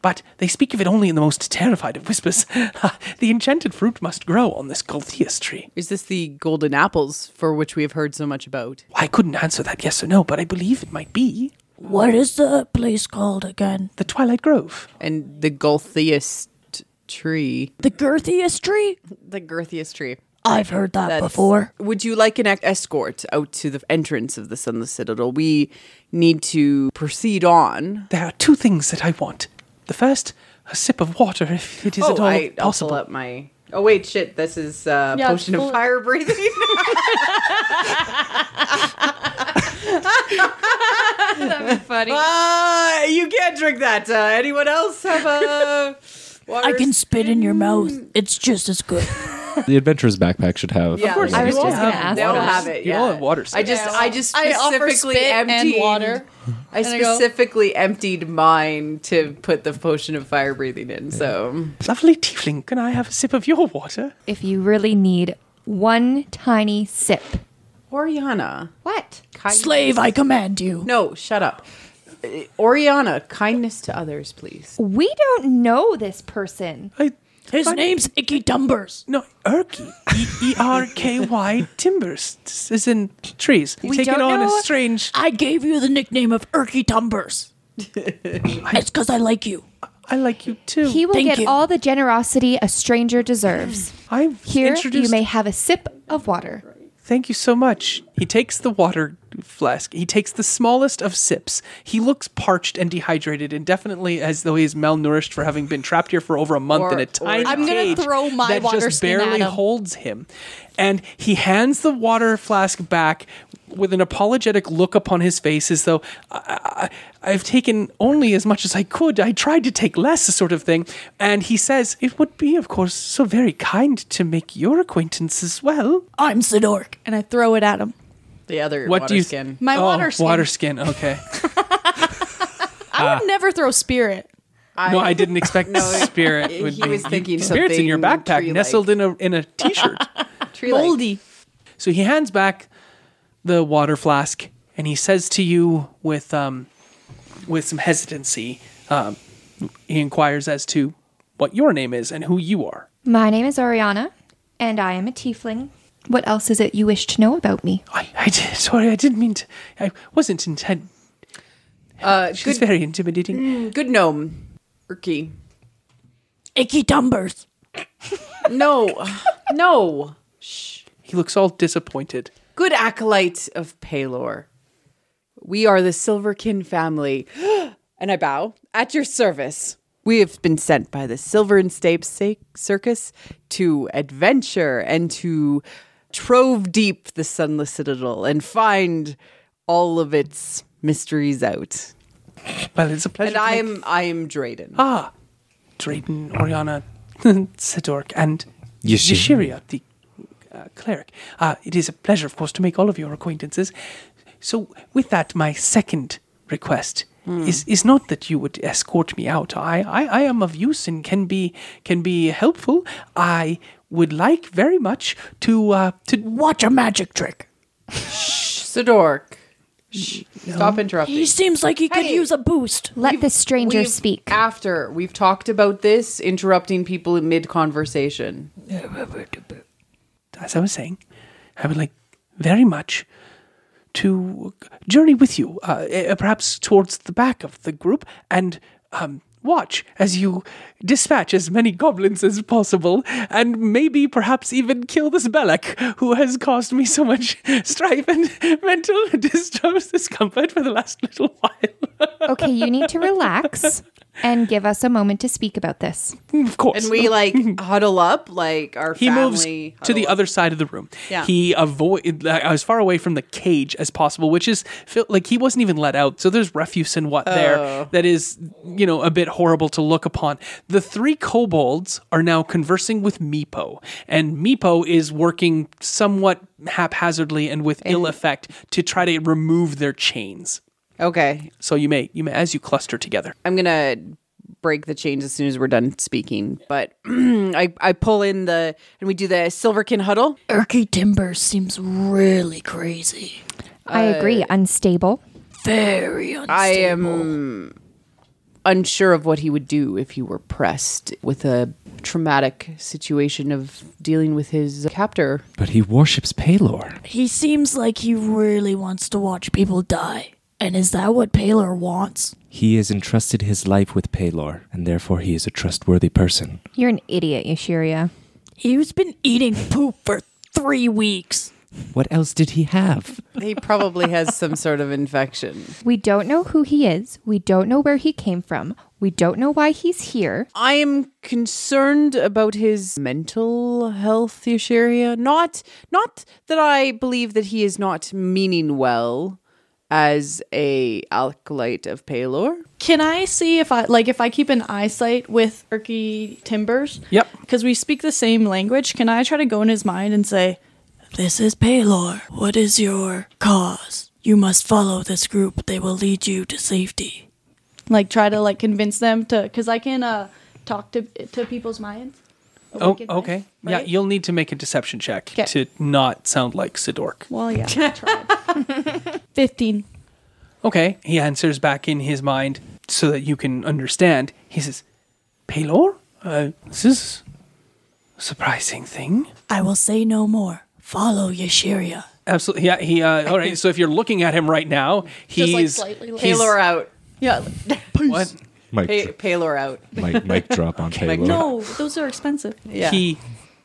[SPEAKER 2] But they speak of it only in the most terrified of whispers. the enchanted fruit must grow on this Gultheus tree.
[SPEAKER 8] Is this the golden apples for which we have heard so much about?
[SPEAKER 2] I couldn't answer that yes or no, but I believe it might be
[SPEAKER 9] What is the place called again?
[SPEAKER 2] the Twilight Grove.
[SPEAKER 8] And the Golthiest tree.
[SPEAKER 9] The girthiest tree?
[SPEAKER 8] The girthiest tree.
[SPEAKER 9] I've heard that
[SPEAKER 8] That's-
[SPEAKER 9] before.
[SPEAKER 8] Would you like an ec- escort out to the entrance of the Sunless Citadel? We need to proceed on.
[SPEAKER 2] There are two things that I want. The first, a sip of water, if it is
[SPEAKER 5] Oh,
[SPEAKER 2] at all
[SPEAKER 8] Oh, I, I'll
[SPEAKER 2] possible.
[SPEAKER 8] pull up my. Oh wait, shit! This is uh,
[SPEAKER 6] Yeah,
[SPEAKER 8] potion
[SPEAKER 6] pull
[SPEAKER 8] of
[SPEAKER 6] it.
[SPEAKER 8] fire breathing.
[SPEAKER 5] Funny.
[SPEAKER 8] Ah, you can't drink that. Uh, anyone else have a? Water?
[SPEAKER 9] I can spit in your mouth. It's just as good.
[SPEAKER 7] The adventurer's backpack should have.
[SPEAKER 8] Yeah,
[SPEAKER 2] course,
[SPEAKER 5] I was
[SPEAKER 2] you all
[SPEAKER 5] just gonna
[SPEAKER 2] have
[SPEAKER 5] ask.
[SPEAKER 8] They all
[SPEAKER 5] that.
[SPEAKER 8] have it.
[SPEAKER 2] You
[SPEAKER 8] yeah.
[SPEAKER 2] all have water
[SPEAKER 8] I just, I just specifically emptied I
[SPEAKER 6] I go-
[SPEAKER 8] specifically emptied mine to put the potion of fire breathing in. So
[SPEAKER 2] Lovely tiefling, can I have a sip of your water?
[SPEAKER 5] If you really need one tiny sip.
[SPEAKER 8] Oriana,
[SPEAKER 5] What?
[SPEAKER 9] Slave, I command you.
[SPEAKER 8] no, shut up. Uh, Oriana, kindness to others, please.
[SPEAKER 5] We don't know this person.
[SPEAKER 2] I,
[SPEAKER 9] His name's Icky Dumbers.
[SPEAKER 2] no, Erky. E E R K Y timbers, s- as in trees.
[SPEAKER 5] We
[SPEAKER 2] Taking
[SPEAKER 5] don't
[SPEAKER 2] on
[SPEAKER 5] know-
[SPEAKER 2] a strange.
[SPEAKER 9] I gave you the nickname of Irky Dumbers. it's because I like you.
[SPEAKER 2] I like Oh, you too.
[SPEAKER 5] He will
[SPEAKER 9] Thank
[SPEAKER 5] get
[SPEAKER 9] you.
[SPEAKER 5] all the generosity a stranger deserves.
[SPEAKER 2] I
[SPEAKER 5] Here,
[SPEAKER 2] introduced.
[SPEAKER 5] you may have a sip of water.
[SPEAKER 2] Thank you so much. He takes the water flask. He takes the smallest of sips. He looks parched and dehydrated, and definitely as though he is malnourished for having been trapped here for over a month
[SPEAKER 8] Or-
[SPEAKER 2] in a
[SPEAKER 8] or-
[SPEAKER 2] tiny
[SPEAKER 6] I'm gonna
[SPEAKER 2] cage
[SPEAKER 6] throw my
[SPEAKER 2] that
[SPEAKER 6] water
[SPEAKER 2] just
[SPEAKER 6] skin
[SPEAKER 2] barely
[SPEAKER 6] at him.
[SPEAKER 2] holds him. And he hands the water flask back with an apologetic look upon his face, as though I, I, I've taken only as much as I could. I tried to take less, sort of thing. And he says, "It would be, of course, so very kind to make your acquaintance as well."
[SPEAKER 9] I'm Sidork.
[SPEAKER 6] and I throw it at him.
[SPEAKER 8] The other
[SPEAKER 2] What
[SPEAKER 8] water
[SPEAKER 2] do you
[SPEAKER 8] skin.
[SPEAKER 2] Th-
[SPEAKER 6] My
[SPEAKER 2] Oh,
[SPEAKER 6] water skin.
[SPEAKER 2] Water skin. Okay.
[SPEAKER 6] I would never throw spirit.
[SPEAKER 2] no, I didn't expect spirit.
[SPEAKER 8] he
[SPEAKER 2] Would be.
[SPEAKER 8] was thinking
[SPEAKER 2] Spirit's in your
[SPEAKER 8] something
[SPEAKER 2] backpack,
[SPEAKER 8] tree-like.
[SPEAKER 2] nestled in a in a t-shirt.
[SPEAKER 8] Tree like.
[SPEAKER 2] so he hands back the water flask, and he says to you with um with some hesitancy, um, he inquires as to what your name is and who you are.
[SPEAKER 5] My name is Oriana, and I am a tiefling. What else is it you wish to know about me?
[SPEAKER 2] I, I did, sorry, I didn't mean to. I wasn't intent.
[SPEAKER 8] Uh,
[SPEAKER 2] She's
[SPEAKER 8] good, Mm.
[SPEAKER 2] very intimidating.
[SPEAKER 8] good gnome, Urky.
[SPEAKER 9] Icky Dumbers.
[SPEAKER 8] No, no. Shh.
[SPEAKER 2] He looks all disappointed.
[SPEAKER 8] Good acolyte of Palor. We are the Silverkin family. and I bow at your service. We have been sent by the Silver and Stapes Sa- Circus to adventure and to trove deep the Sunless Citadel and find all of its mysteries out.
[SPEAKER 2] Well, it's a pleasure.
[SPEAKER 8] And
[SPEAKER 2] to
[SPEAKER 8] I
[SPEAKER 2] make-
[SPEAKER 8] am I am Drayden.
[SPEAKER 2] Ah, Drayden, Oriana, Sidork, and
[SPEAKER 7] Yashir.
[SPEAKER 2] Yashiria, the uh, cleric. Uh, it is a pleasure, of course, to make all of your acquaintances. So, with that, my second request
[SPEAKER 1] Hmm.
[SPEAKER 2] is is not that you would escort me out. I, I, I am of use and can be can be helpful. I would like very much to uh, to
[SPEAKER 9] watch a magic trick.
[SPEAKER 8] Sidork. Shh. Stop interrupting.
[SPEAKER 9] He seems like he could
[SPEAKER 8] Hey.
[SPEAKER 9] use a boost.
[SPEAKER 5] Let the stranger
[SPEAKER 8] We've-
[SPEAKER 5] speak.
[SPEAKER 8] After we've talked about this, interrupting people in mid conversation.
[SPEAKER 2] as I was saying, I would like very much to journey with you, uh, eh, perhaps towards the back of the group, and um, watch as you dispatch as many goblins as possible, and maybe perhaps even kill this Belloc, who has caused me so much strife and mental distress, discomfort for the last little while.
[SPEAKER 5] okay, you need to relax and give us a moment to speak about this.
[SPEAKER 2] Of course.
[SPEAKER 8] And we like huddle up, like our
[SPEAKER 2] He moves
[SPEAKER 8] family.
[SPEAKER 2] to the other side of the room.
[SPEAKER 8] Yeah.
[SPEAKER 2] He avoid like, as far away from the cage as possible, which is feel- like he wasn't even let out. So there's refuse and what there
[SPEAKER 8] Oh.
[SPEAKER 2] that is, you know, a bit horrible to look upon. The three kobolds are now conversing with Meepo, and Meepo is working somewhat haphazardly and with ill effect to try to remove their chains.
[SPEAKER 8] Okay.
[SPEAKER 2] So you may you may as you cluster together.
[SPEAKER 8] I'm gonna break the chains as soon as we're done speaking. But I, I pull in the and we do the silverkin huddle.
[SPEAKER 9] Erky Timber seems really crazy.
[SPEAKER 5] I agree. Unstable.
[SPEAKER 9] Very
[SPEAKER 8] I am unsure of what he would do if he were pressed with a traumatic situation of dealing with his captor.
[SPEAKER 7] But he worships Palor.
[SPEAKER 9] He seems like he really wants to watch people die. And is that what Paler wants?
[SPEAKER 7] He has entrusted his life with Palor, and therefore he is a trustworthy person.
[SPEAKER 5] You're an idiot, Yashiria.
[SPEAKER 9] He's been eating poop for three weeks.
[SPEAKER 7] What else did he have?
[SPEAKER 8] He probably has some sort of infection.
[SPEAKER 5] We don't know who he is. We don't know where he came from. We don't know why he's here.
[SPEAKER 8] I am concerned about his mental health, Yashiria. Not not that I believe that he is not meaning well as a alkalite of Palor.
[SPEAKER 6] Can I see if I like if I keep an eyesight with Erky Timbers?
[SPEAKER 2] Yep.
[SPEAKER 6] Because we speak the same language. Can I try to go in his mind and say,
[SPEAKER 9] This is Palor. What is your cause? You must follow this group. They will lead you to safety.
[SPEAKER 6] like, try to like convince them to? Because I can uh talk to to people's minds.
[SPEAKER 2] Oh,
[SPEAKER 6] Awaken minds,
[SPEAKER 2] okay. Yeah,
[SPEAKER 6] right?
[SPEAKER 2] you'll need to make a deception check
[SPEAKER 6] 'Kay.
[SPEAKER 2] to not sound like Sidork.
[SPEAKER 6] Well, yeah. I tried. Fifteen.
[SPEAKER 2] Okay, he answers back in his mind so that you can understand. He says, Paylor? Uh, this is a surprising thing.
[SPEAKER 9] I will say no more. Follow Yashiria.
[SPEAKER 2] Absolutely. Yeah, he, uh, all right, so if you're looking at him right now, he's. he's-
[SPEAKER 8] Palor out.
[SPEAKER 6] Yeah.
[SPEAKER 2] What?
[SPEAKER 7] Mic,
[SPEAKER 8] Pa- Palor out.
[SPEAKER 7] mic, mic drop on
[SPEAKER 2] Okay.
[SPEAKER 7] Palor.
[SPEAKER 6] No, those are expensive.
[SPEAKER 2] He,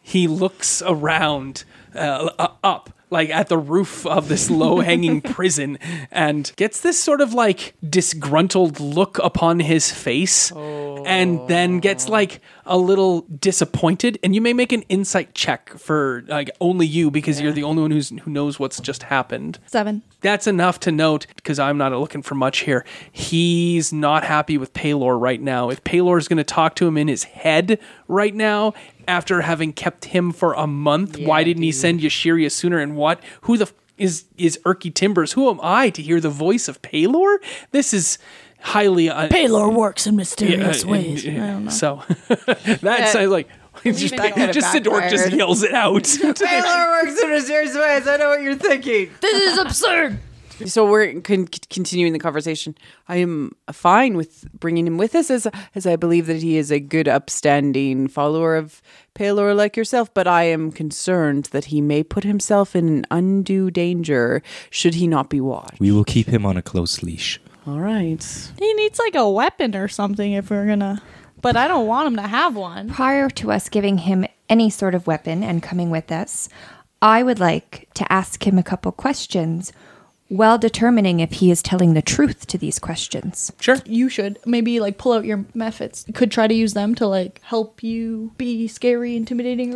[SPEAKER 2] he looks around, uh, uh, up, like at the roof of this low hanging prison and gets this sort of like disgruntled look upon his face and then gets like a little disappointed and you may make an insight check for like only you because you're the only one who's who knows what's just happened
[SPEAKER 6] Seven.
[SPEAKER 2] that's enough to note because I'm not looking for much here. He's not happy with Paylor right now. If Paylor is going to talk to him in his head right now, after having kept him for a month, why didn't he send Yashiria sooner? And what? Who the f- is is Erky Timbers? Who am I to hear the voice of Paylor? This is highly uh,
[SPEAKER 9] Palor works in mysterious
[SPEAKER 2] yeah, uh,
[SPEAKER 9] ways.
[SPEAKER 2] uh,
[SPEAKER 9] I don't know.
[SPEAKER 2] So that sounds like just,
[SPEAKER 8] it kinda
[SPEAKER 2] just Sidork just
[SPEAKER 8] backfired.
[SPEAKER 2] yells it out. to the-
[SPEAKER 8] Palor works in a serious ways. I know what you're thinking.
[SPEAKER 9] This is absurd.
[SPEAKER 8] So we're con- continuing the conversation. I am fine with bringing him with us, as as I believe that he is a good, upstanding follower of Palor like yourself. But I am concerned that he may put himself in an undue danger should he not be watched.
[SPEAKER 7] We will keep him on a close leash.
[SPEAKER 8] All right.
[SPEAKER 6] He needs like a weapon or something if we're gonna. But I don't want him to have one.
[SPEAKER 5] Prior to us giving him any sort of weapon and coming with us, I would like to ask him a couple questions while determining if he is telling the truth to these questions.
[SPEAKER 2] Sure.
[SPEAKER 6] You should maybe like pull out your methods. Could try to use them to like help you be scary, intimidating,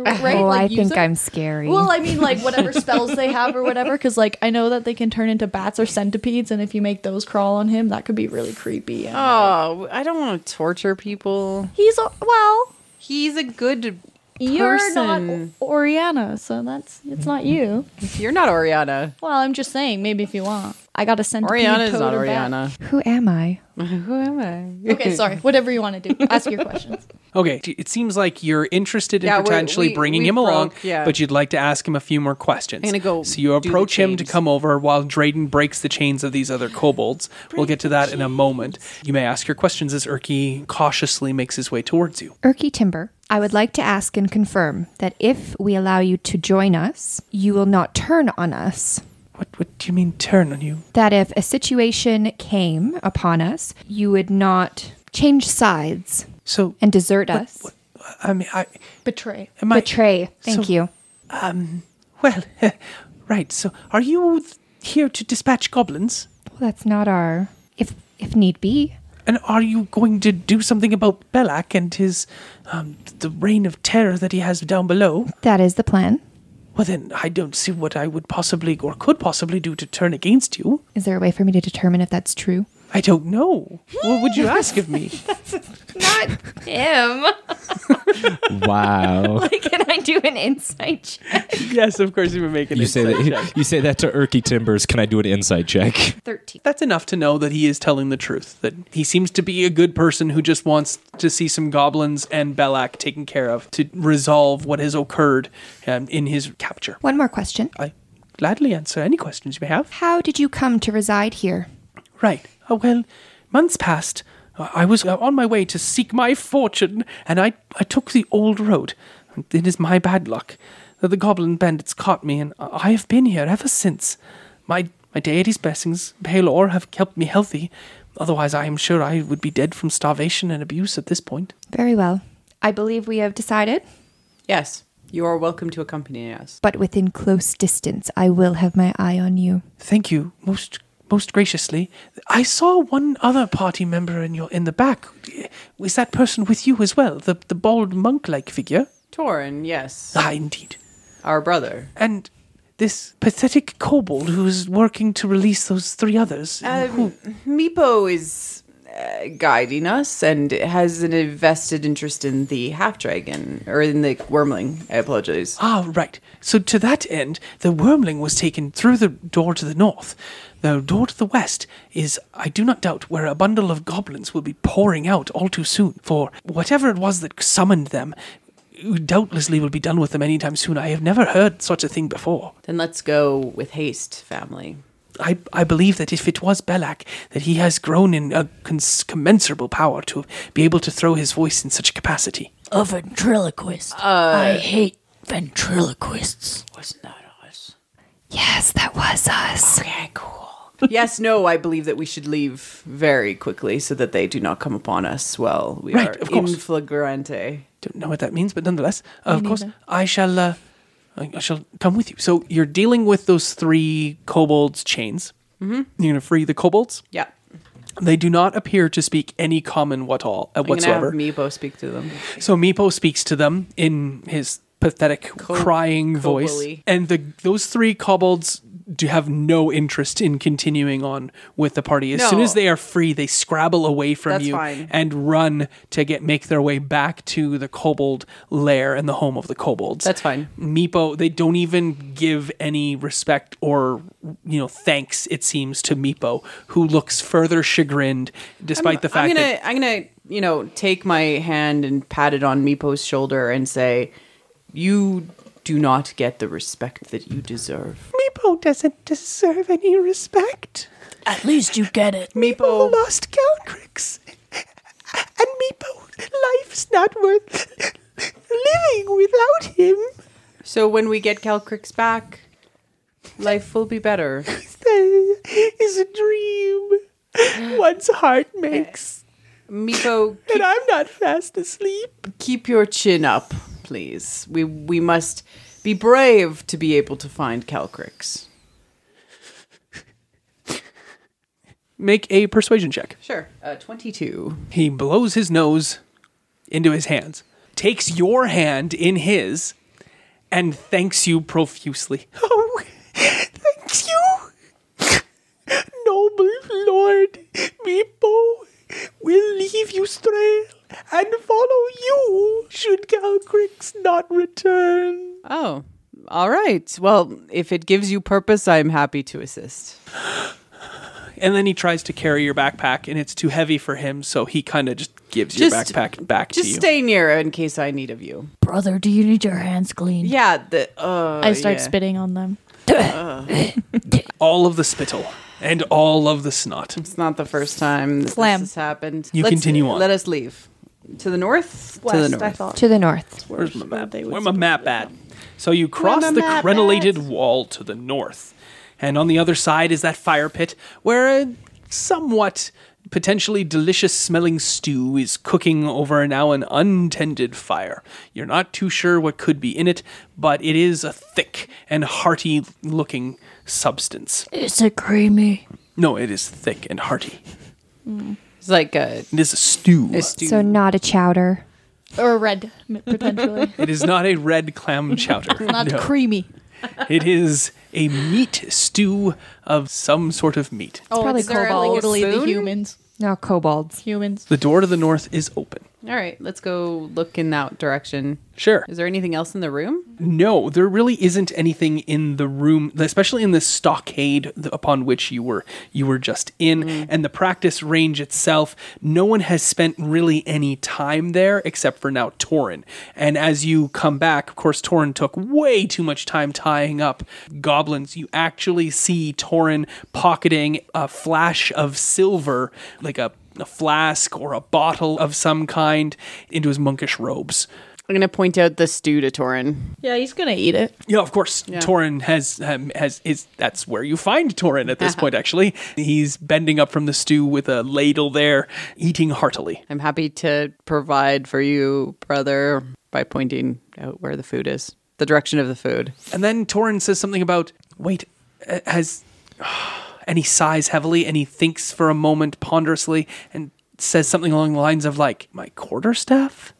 [SPEAKER 6] or right?
[SPEAKER 5] Oh,
[SPEAKER 6] like,
[SPEAKER 5] I
[SPEAKER 6] use
[SPEAKER 5] think
[SPEAKER 6] them.
[SPEAKER 5] I'm scary.
[SPEAKER 6] Well, I mean, like whatever spells they have or whatever, because like I know that they can turn into bats or centipedes, and if you make those crawl on him, that could be really creepy.
[SPEAKER 5] Oh.
[SPEAKER 6] And, uh,
[SPEAKER 8] Oh, I don't want to torture people.
[SPEAKER 6] he's a, well,
[SPEAKER 8] He's a good.
[SPEAKER 6] You're
[SPEAKER 8] person.
[SPEAKER 6] not Oriana, so that's it's
[SPEAKER 5] Mm-hmm.
[SPEAKER 6] not you.
[SPEAKER 8] You're not Oriana.
[SPEAKER 6] Well, I'm just saying, maybe if you want, I got a centipede.
[SPEAKER 8] Oriana is
[SPEAKER 6] totem
[SPEAKER 8] not
[SPEAKER 6] back.
[SPEAKER 8] Oriana.
[SPEAKER 5] Who am I?
[SPEAKER 8] Who am I?
[SPEAKER 6] Okay, sorry. Whatever you want to do, ask your questions.
[SPEAKER 2] Okay, t- it seems like you're interested in
[SPEAKER 8] Yeah, we're-
[SPEAKER 2] potentially
[SPEAKER 8] we-
[SPEAKER 2] bringing
[SPEAKER 8] we
[SPEAKER 2] him along,
[SPEAKER 8] broke, yeah.
[SPEAKER 2] but you'd like to ask him a few more questions.
[SPEAKER 8] I'm gonna go
[SPEAKER 2] so you
[SPEAKER 8] do the
[SPEAKER 2] approach him to
[SPEAKER 8] chains.
[SPEAKER 2] come over while Drayden breaks the chains of these other kobolds. we'll get to that in a moment. You may ask your questions as Erky cautiously makes his way towards you.
[SPEAKER 5] Erky Timber, I would like to ask and confirm that if we allow you to join us, you will not turn on us.
[SPEAKER 2] What, what do you mean turn on you?
[SPEAKER 5] That if a situation came upon us, you would not change sides
[SPEAKER 2] So,
[SPEAKER 5] and desert
[SPEAKER 2] what-
[SPEAKER 5] us.
[SPEAKER 2] what- I mean, I,
[SPEAKER 6] Betray.
[SPEAKER 2] am I...
[SPEAKER 5] Betray. Thank
[SPEAKER 2] so-
[SPEAKER 5] you.
[SPEAKER 2] Well, right, so are you th- here to dispatch goblins?
[SPEAKER 5] Well, that's not our. If if need be,
[SPEAKER 2] And are you going to do something about Belak and his, um, the reign of terror that he has down below?
[SPEAKER 5] that is the plan.
[SPEAKER 2] Well, then I don't see what I would possibly or could possibly do to turn against you.
[SPEAKER 5] Is there a way for me to determine if that's true?
[SPEAKER 2] I don't know. What would you ask of me?
[SPEAKER 5] Not him.
[SPEAKER 7] Wow.
[SPEAKER 5] Like, can I do an insight check?
[SPEAKER 2] yes, of course you would make an
[SPEAKER 7] you say that you say that to Erky Timbers. Can I do an insight check?
[SPEAKER 5] Thirteen.
[SPEAKER 2] That's enough to know that he is telling the truth. That he seems to be a good person who just wants to see some goblins and Belak taken care of to resolve what has occurred um, in his capture.
[SPEAKER 5] One more question.
[SPEAKER 2] I gladly answer any questions you may have.
[SPEAKER 5] How did you come to reside here?
[SPEAKER 2] Right. Oh, well, months passed. Uh, I was uh, on my way to seek my fortune, and I, I took the old road. It is my bad luck that the goblin bandits caught me, and I I have been here ever since. My, my deity's blessings, Palor, have kept me healthy. Otherwise, I am sure I would be dead from starvation and abuse at this point.
[SPEAKER 5] Very well. I believe we have decided,
[SPEAKER 8] Yes, you are welcome to accompany us.
[SPEAKER 5] but within close distance, I will have my eye on you.
[SPEAKER 2] Thank you most most graciously. I saw one other party member in your in the back. Is that person with you as well? The the bald monk-like figure?
[SPEAKER 8] Torin, yes,
[SPEAKER 2] Ah, indeed.
[SPEAKER 8] our brother.
[SPEAKER 2] And this pathetic kobold who is working to release those three others.
[SPEAKER 8] Um, Meepo is uh, guiding us and has an invested interest in the half dragon or in the wormling. I apologize.
[SPEAKER 2] ah, right. So to that end, the wormling was taken through the door to the north. The door to the west is, I do not doubt, where a bundle of goblins will be pouring out all too soon. For whatever it was that summoned them, doubtlessly will be done with them anytime soon. I have never heard such a thing before.
[SPEAKER 8] Then let's go with haste, family.
[SPEAKER 2] I, I believe that if it was Belak, that he has grown in a cons- commensurable power to be able to throw his voice in such a capacity.
[SPEAKER 9] A ventriloquist.
[SPEAKER 2] Uh,
[SPEAKER 9] I hate ventriloquists.
[SPEAKER 8] Wasn't that us?
[SPEAKER 5] Yes, that was us.
[SPEAKER 8] Okay, cool. yes, no, I believe that we should leave very quickly so that they do not come upon us while we
[SPEAKER 2] Right,
[SPEAKER 8] are
[SPEAKER 2] of course.
[SPEAKER 8] in flagrante.
[SPEAKER 2] Don't know what that means, but nonetheless, of course, I shall. Uh, I I shall come with you. So you're dealing with those three kobolds' chains. Mm-hmm. You're gonna free the kobolds.
[SPEAKER 8] Yeah.
[SPEAKER 2] They do not appear to speak any common what all uh,
[SPEAKER 8] I'm
[SPEAKER 2] whatsoever.
[SPEAKER 8] going to have Meepo speak to them.
[SPEAKER 2] So Meepo speaks to them in his pathetic crying voice,
[SPEAKER 8] cobally.
[SPEAKER 2] and the those three kobolds do have no interest in continuing on with the party. As soon
[SPEAKER 8] No.
[SPEAKER 2] as they are free, they scrabble away from
[SPEAKER 8] That's
[SPEAKER 2] you
[SPEAKER 8] fine.
[SPEAKER 2] and run to get make their way back to the kobold lair and the home of the kobolds.
[SPEAKER 8] That's fine.
[SPEAKER 2] Meepo, they don't even give any respect or you know thanks. It seems to Meepo, who looks further chagrined, despite the fact
[SPEAKER 8] I'm gonna,
[SPEAKER 2] that
[SPEAKER 8] I'm gonna, you know, take my hand and pat it on Meepo's shoulder and say, "You do not get the respect that you deserve."
[SPEAKER 2] Meepo doesn't deserve any respect.
[SPEAKER 9] At least you get it.
[SPEAKER 2] Meepo lost Calcrix. And Meepo, life's not worth living without him.
[SPEAKER 8] So when we get Calcrix back, life will be better.
[SPEAKER 2] That is a dream one's heart makes.
[SPEAKER 8] Meepo,
[SPEAKER 2] And I'm not fast asleep.
[SPEAKER 8] keep your chin up, please. We we must be brave to be able to find Calcrix.
[SPEAKER 2] Make a persuasion check.
[SPEAKER 8] Sure, uh, twenty-two.
[SPEAKER 2] He blows his nose into his hands, takes your hand in his, and thanks you profusely. Oh, thanks you, noble lord. Meepo will leave you strail and follow you should Calcrix not return.
[SPEAKER 8] Oh, all right. Well, if it gives you purpose, I'm happy to assist.
[SPEAKER 2] And then he tries to carry your backpack, and it's too heavy for him, so he kind of just gives your
[SPEAKER 8] Just-
[SPEAKER 2] backpack back to
[SPEAKER 8] Just
[SPEAKER 2] you.
[SPEAKER 8] stay near in case I need of you.
[SPEAKER 9] Brother, do you need your hands clean?
[SPEAKER 8] Yeah. The, uh,
[SPEAKER 6] I start
[SPEAKER 8] yeah.
[SPEAKER 6] spitting on them.
[SPEAKER 2] all of the spittle and all of the snot.
[SPEAKER 8] It's not the first time that
[SPEAKER 6] Slam.
[SPEAKER 8] this has happened.
[SPEAKER 2] You continue on.
[SPEAKER 8] Let us leave to the north. to the north.
[SPEAKER 6] I thought.
[SPEAKER 5] to the north.
[SPEAKER 2] Where's my map? Where my map at? So you cross
[SPEAKER 8] my
[SPEAKER 2] the
[SPEAKER 8] map
[SPEAKER 2] crenellated wall to the north, and on the other side is that fire pit where a somewhat potentially delicious smelling stew is cooking over now an untended fire. You're not too sure what could be in it, but it is a thick and hearty looking substance.
[SPEAKER 9] Is it creamy?
[SPEAKER 2] No, it is thick and hearty.
[SPEAKER 8] It's like a,
[SPEAKER 2] It is a stew.
[SPEAKER 8] a stew.
[SPEAKER 5] So not a chowder.
[SPEAKER 6] Or red, m- potentially.
[SPEAKER 2] It is not a red clam chowder.
[SPEAKER 6] Not
[SPEAKER 2] no.
[SPEAKER 6] creamy.
[SPEAKER 2] It is a meat stew of some sort of meat.
[SPEAKER 6] Oh,
[SPEAKER 5] probably
[SPEAKER 6] it's
[SPEAKER 5] cobalt.
[SPEAKER 6] totally the
[SPEAKER 8] Spoon?
[SPEAKER 6] humans.
[SPEAKER 5] No kobolds.
[SPEAKER 6] Humans.
[SPEAKER 2] The door to the north is open.
[SPEAKER 8] All right, let's go look in that direction.
[SPEAKER 2] Sure.
[SPEAKER 8] Is there anything else in the room?
[SPEAKER 2] No, there really isn't anything in the room, especially in this stockade th- upon which you were you were just in, and the practice range itself. No one has spent really any time there except for now Torin. And as you come back, of course, Torin took way too much time tying up goblins. You actually see Torin pocketing a flash of silver, like a a flask or a bottle of some kind into his monkish robes.
[SPEAKER 8] I'm gonna point out the stew to Torin.
[SPEAKER 6] Yeah, he's gonna eat it.
[SPEAKER 2] Yeah, of course. Torin has um, has is that's where you find Torin at
[SPEAKER 9] Uh-huh.
[SPEAKER 2] this point. Actually, he's bending up from the stew with a ladle there, eating heartily.
[SPEAKER 8] I'm happy to provide for you, brother, by pointing out where the food is, the direction of the food.
[SPEAKER 2] And then Torin says something about wait, uh, has and he sighs heavily and he thinks for a moment ponderously and says something along the lines of like my quarterstaff.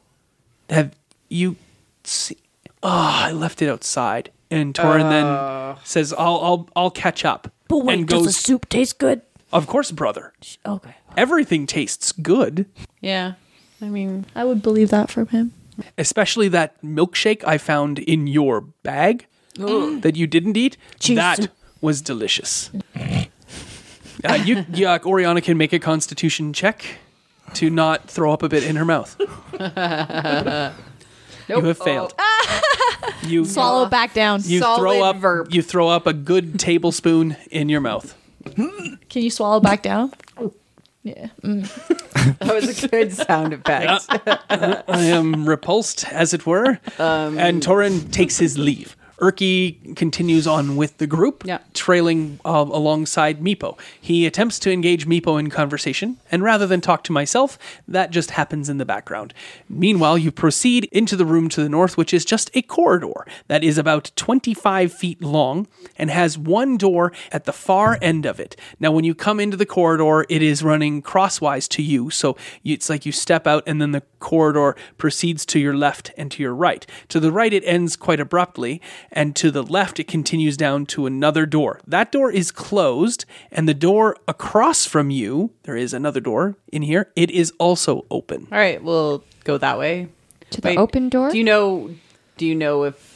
[SPEAKER 2] Have you seen? Oh, I left it outside. And Torin then says, "I'll I'll I'll catch up."
[SPEAKER 9] Uh. But wait,
[SPEAKER 2] and
[SPEAKER 9] does the
[SPEAKER 2] goes,
[SPEAKER 9] soup taste good?
[SPEAKER 2] "Of course, brother."
[SPEAKER 9] Sh- Okay.
[SPEAKER 2] everything tastes good,
[SPEAKER 8] Yeah, I mean,
[SPEAKER 6] I would believe that from him.
[SPEAKER 2] especially that milkshake I found in your bag
[SPEAKER 8] Mm.
[SPEAKER 2] that you didn't eat.
[SPEAKER 9] Jeez.
[SPEAKER 2] That was delicious. uh, you, yeah, Oriana can make a constitution check to not throw up a bit in her mouth. You have failed. you
[SPEAKER 6] Follow back down.
[SPEAKER 2] you
[SPEAKER 8] Solid
[SPEAKER 2] throw up
[SPEAKER 8] verb.
[SPEAKER 2] you throw up a good tablespoon in your mouth.
[SPEAKER 6] Can you swallow back down? Yeah.
[SPEAKER 8] Oh, that was a good sound effect.
[SPEAKER 2] I am repulsed, as it were. and Torin takes his leave. Erky continues on with the group,
[SPEAKER 8] Yeah.
[SPEAKER 2] trailing um, alongside Meepo. He attempts to engage Meepo in conversation, and rather than talk to myself, that just happens in the background. Meanwhile, you proceed into the room to the north, which is just a corridor that is about 25 feet long and has one door at the far end of it. Now, when you come into the corridor, it is running crosswise to you, so you- it's like you step out and then the corridor proceeds to your left and to your right. To the right, it ends quite abruptly, and to the left, it continues down to another door. That door is closed, and the door across from you, there is another door in here, it is also open.
[SPEAKER 8] All right, we'll go that way.
[SPEAKER 5] To the open door?
[SPEAKER 8] Do you know? Do you know if?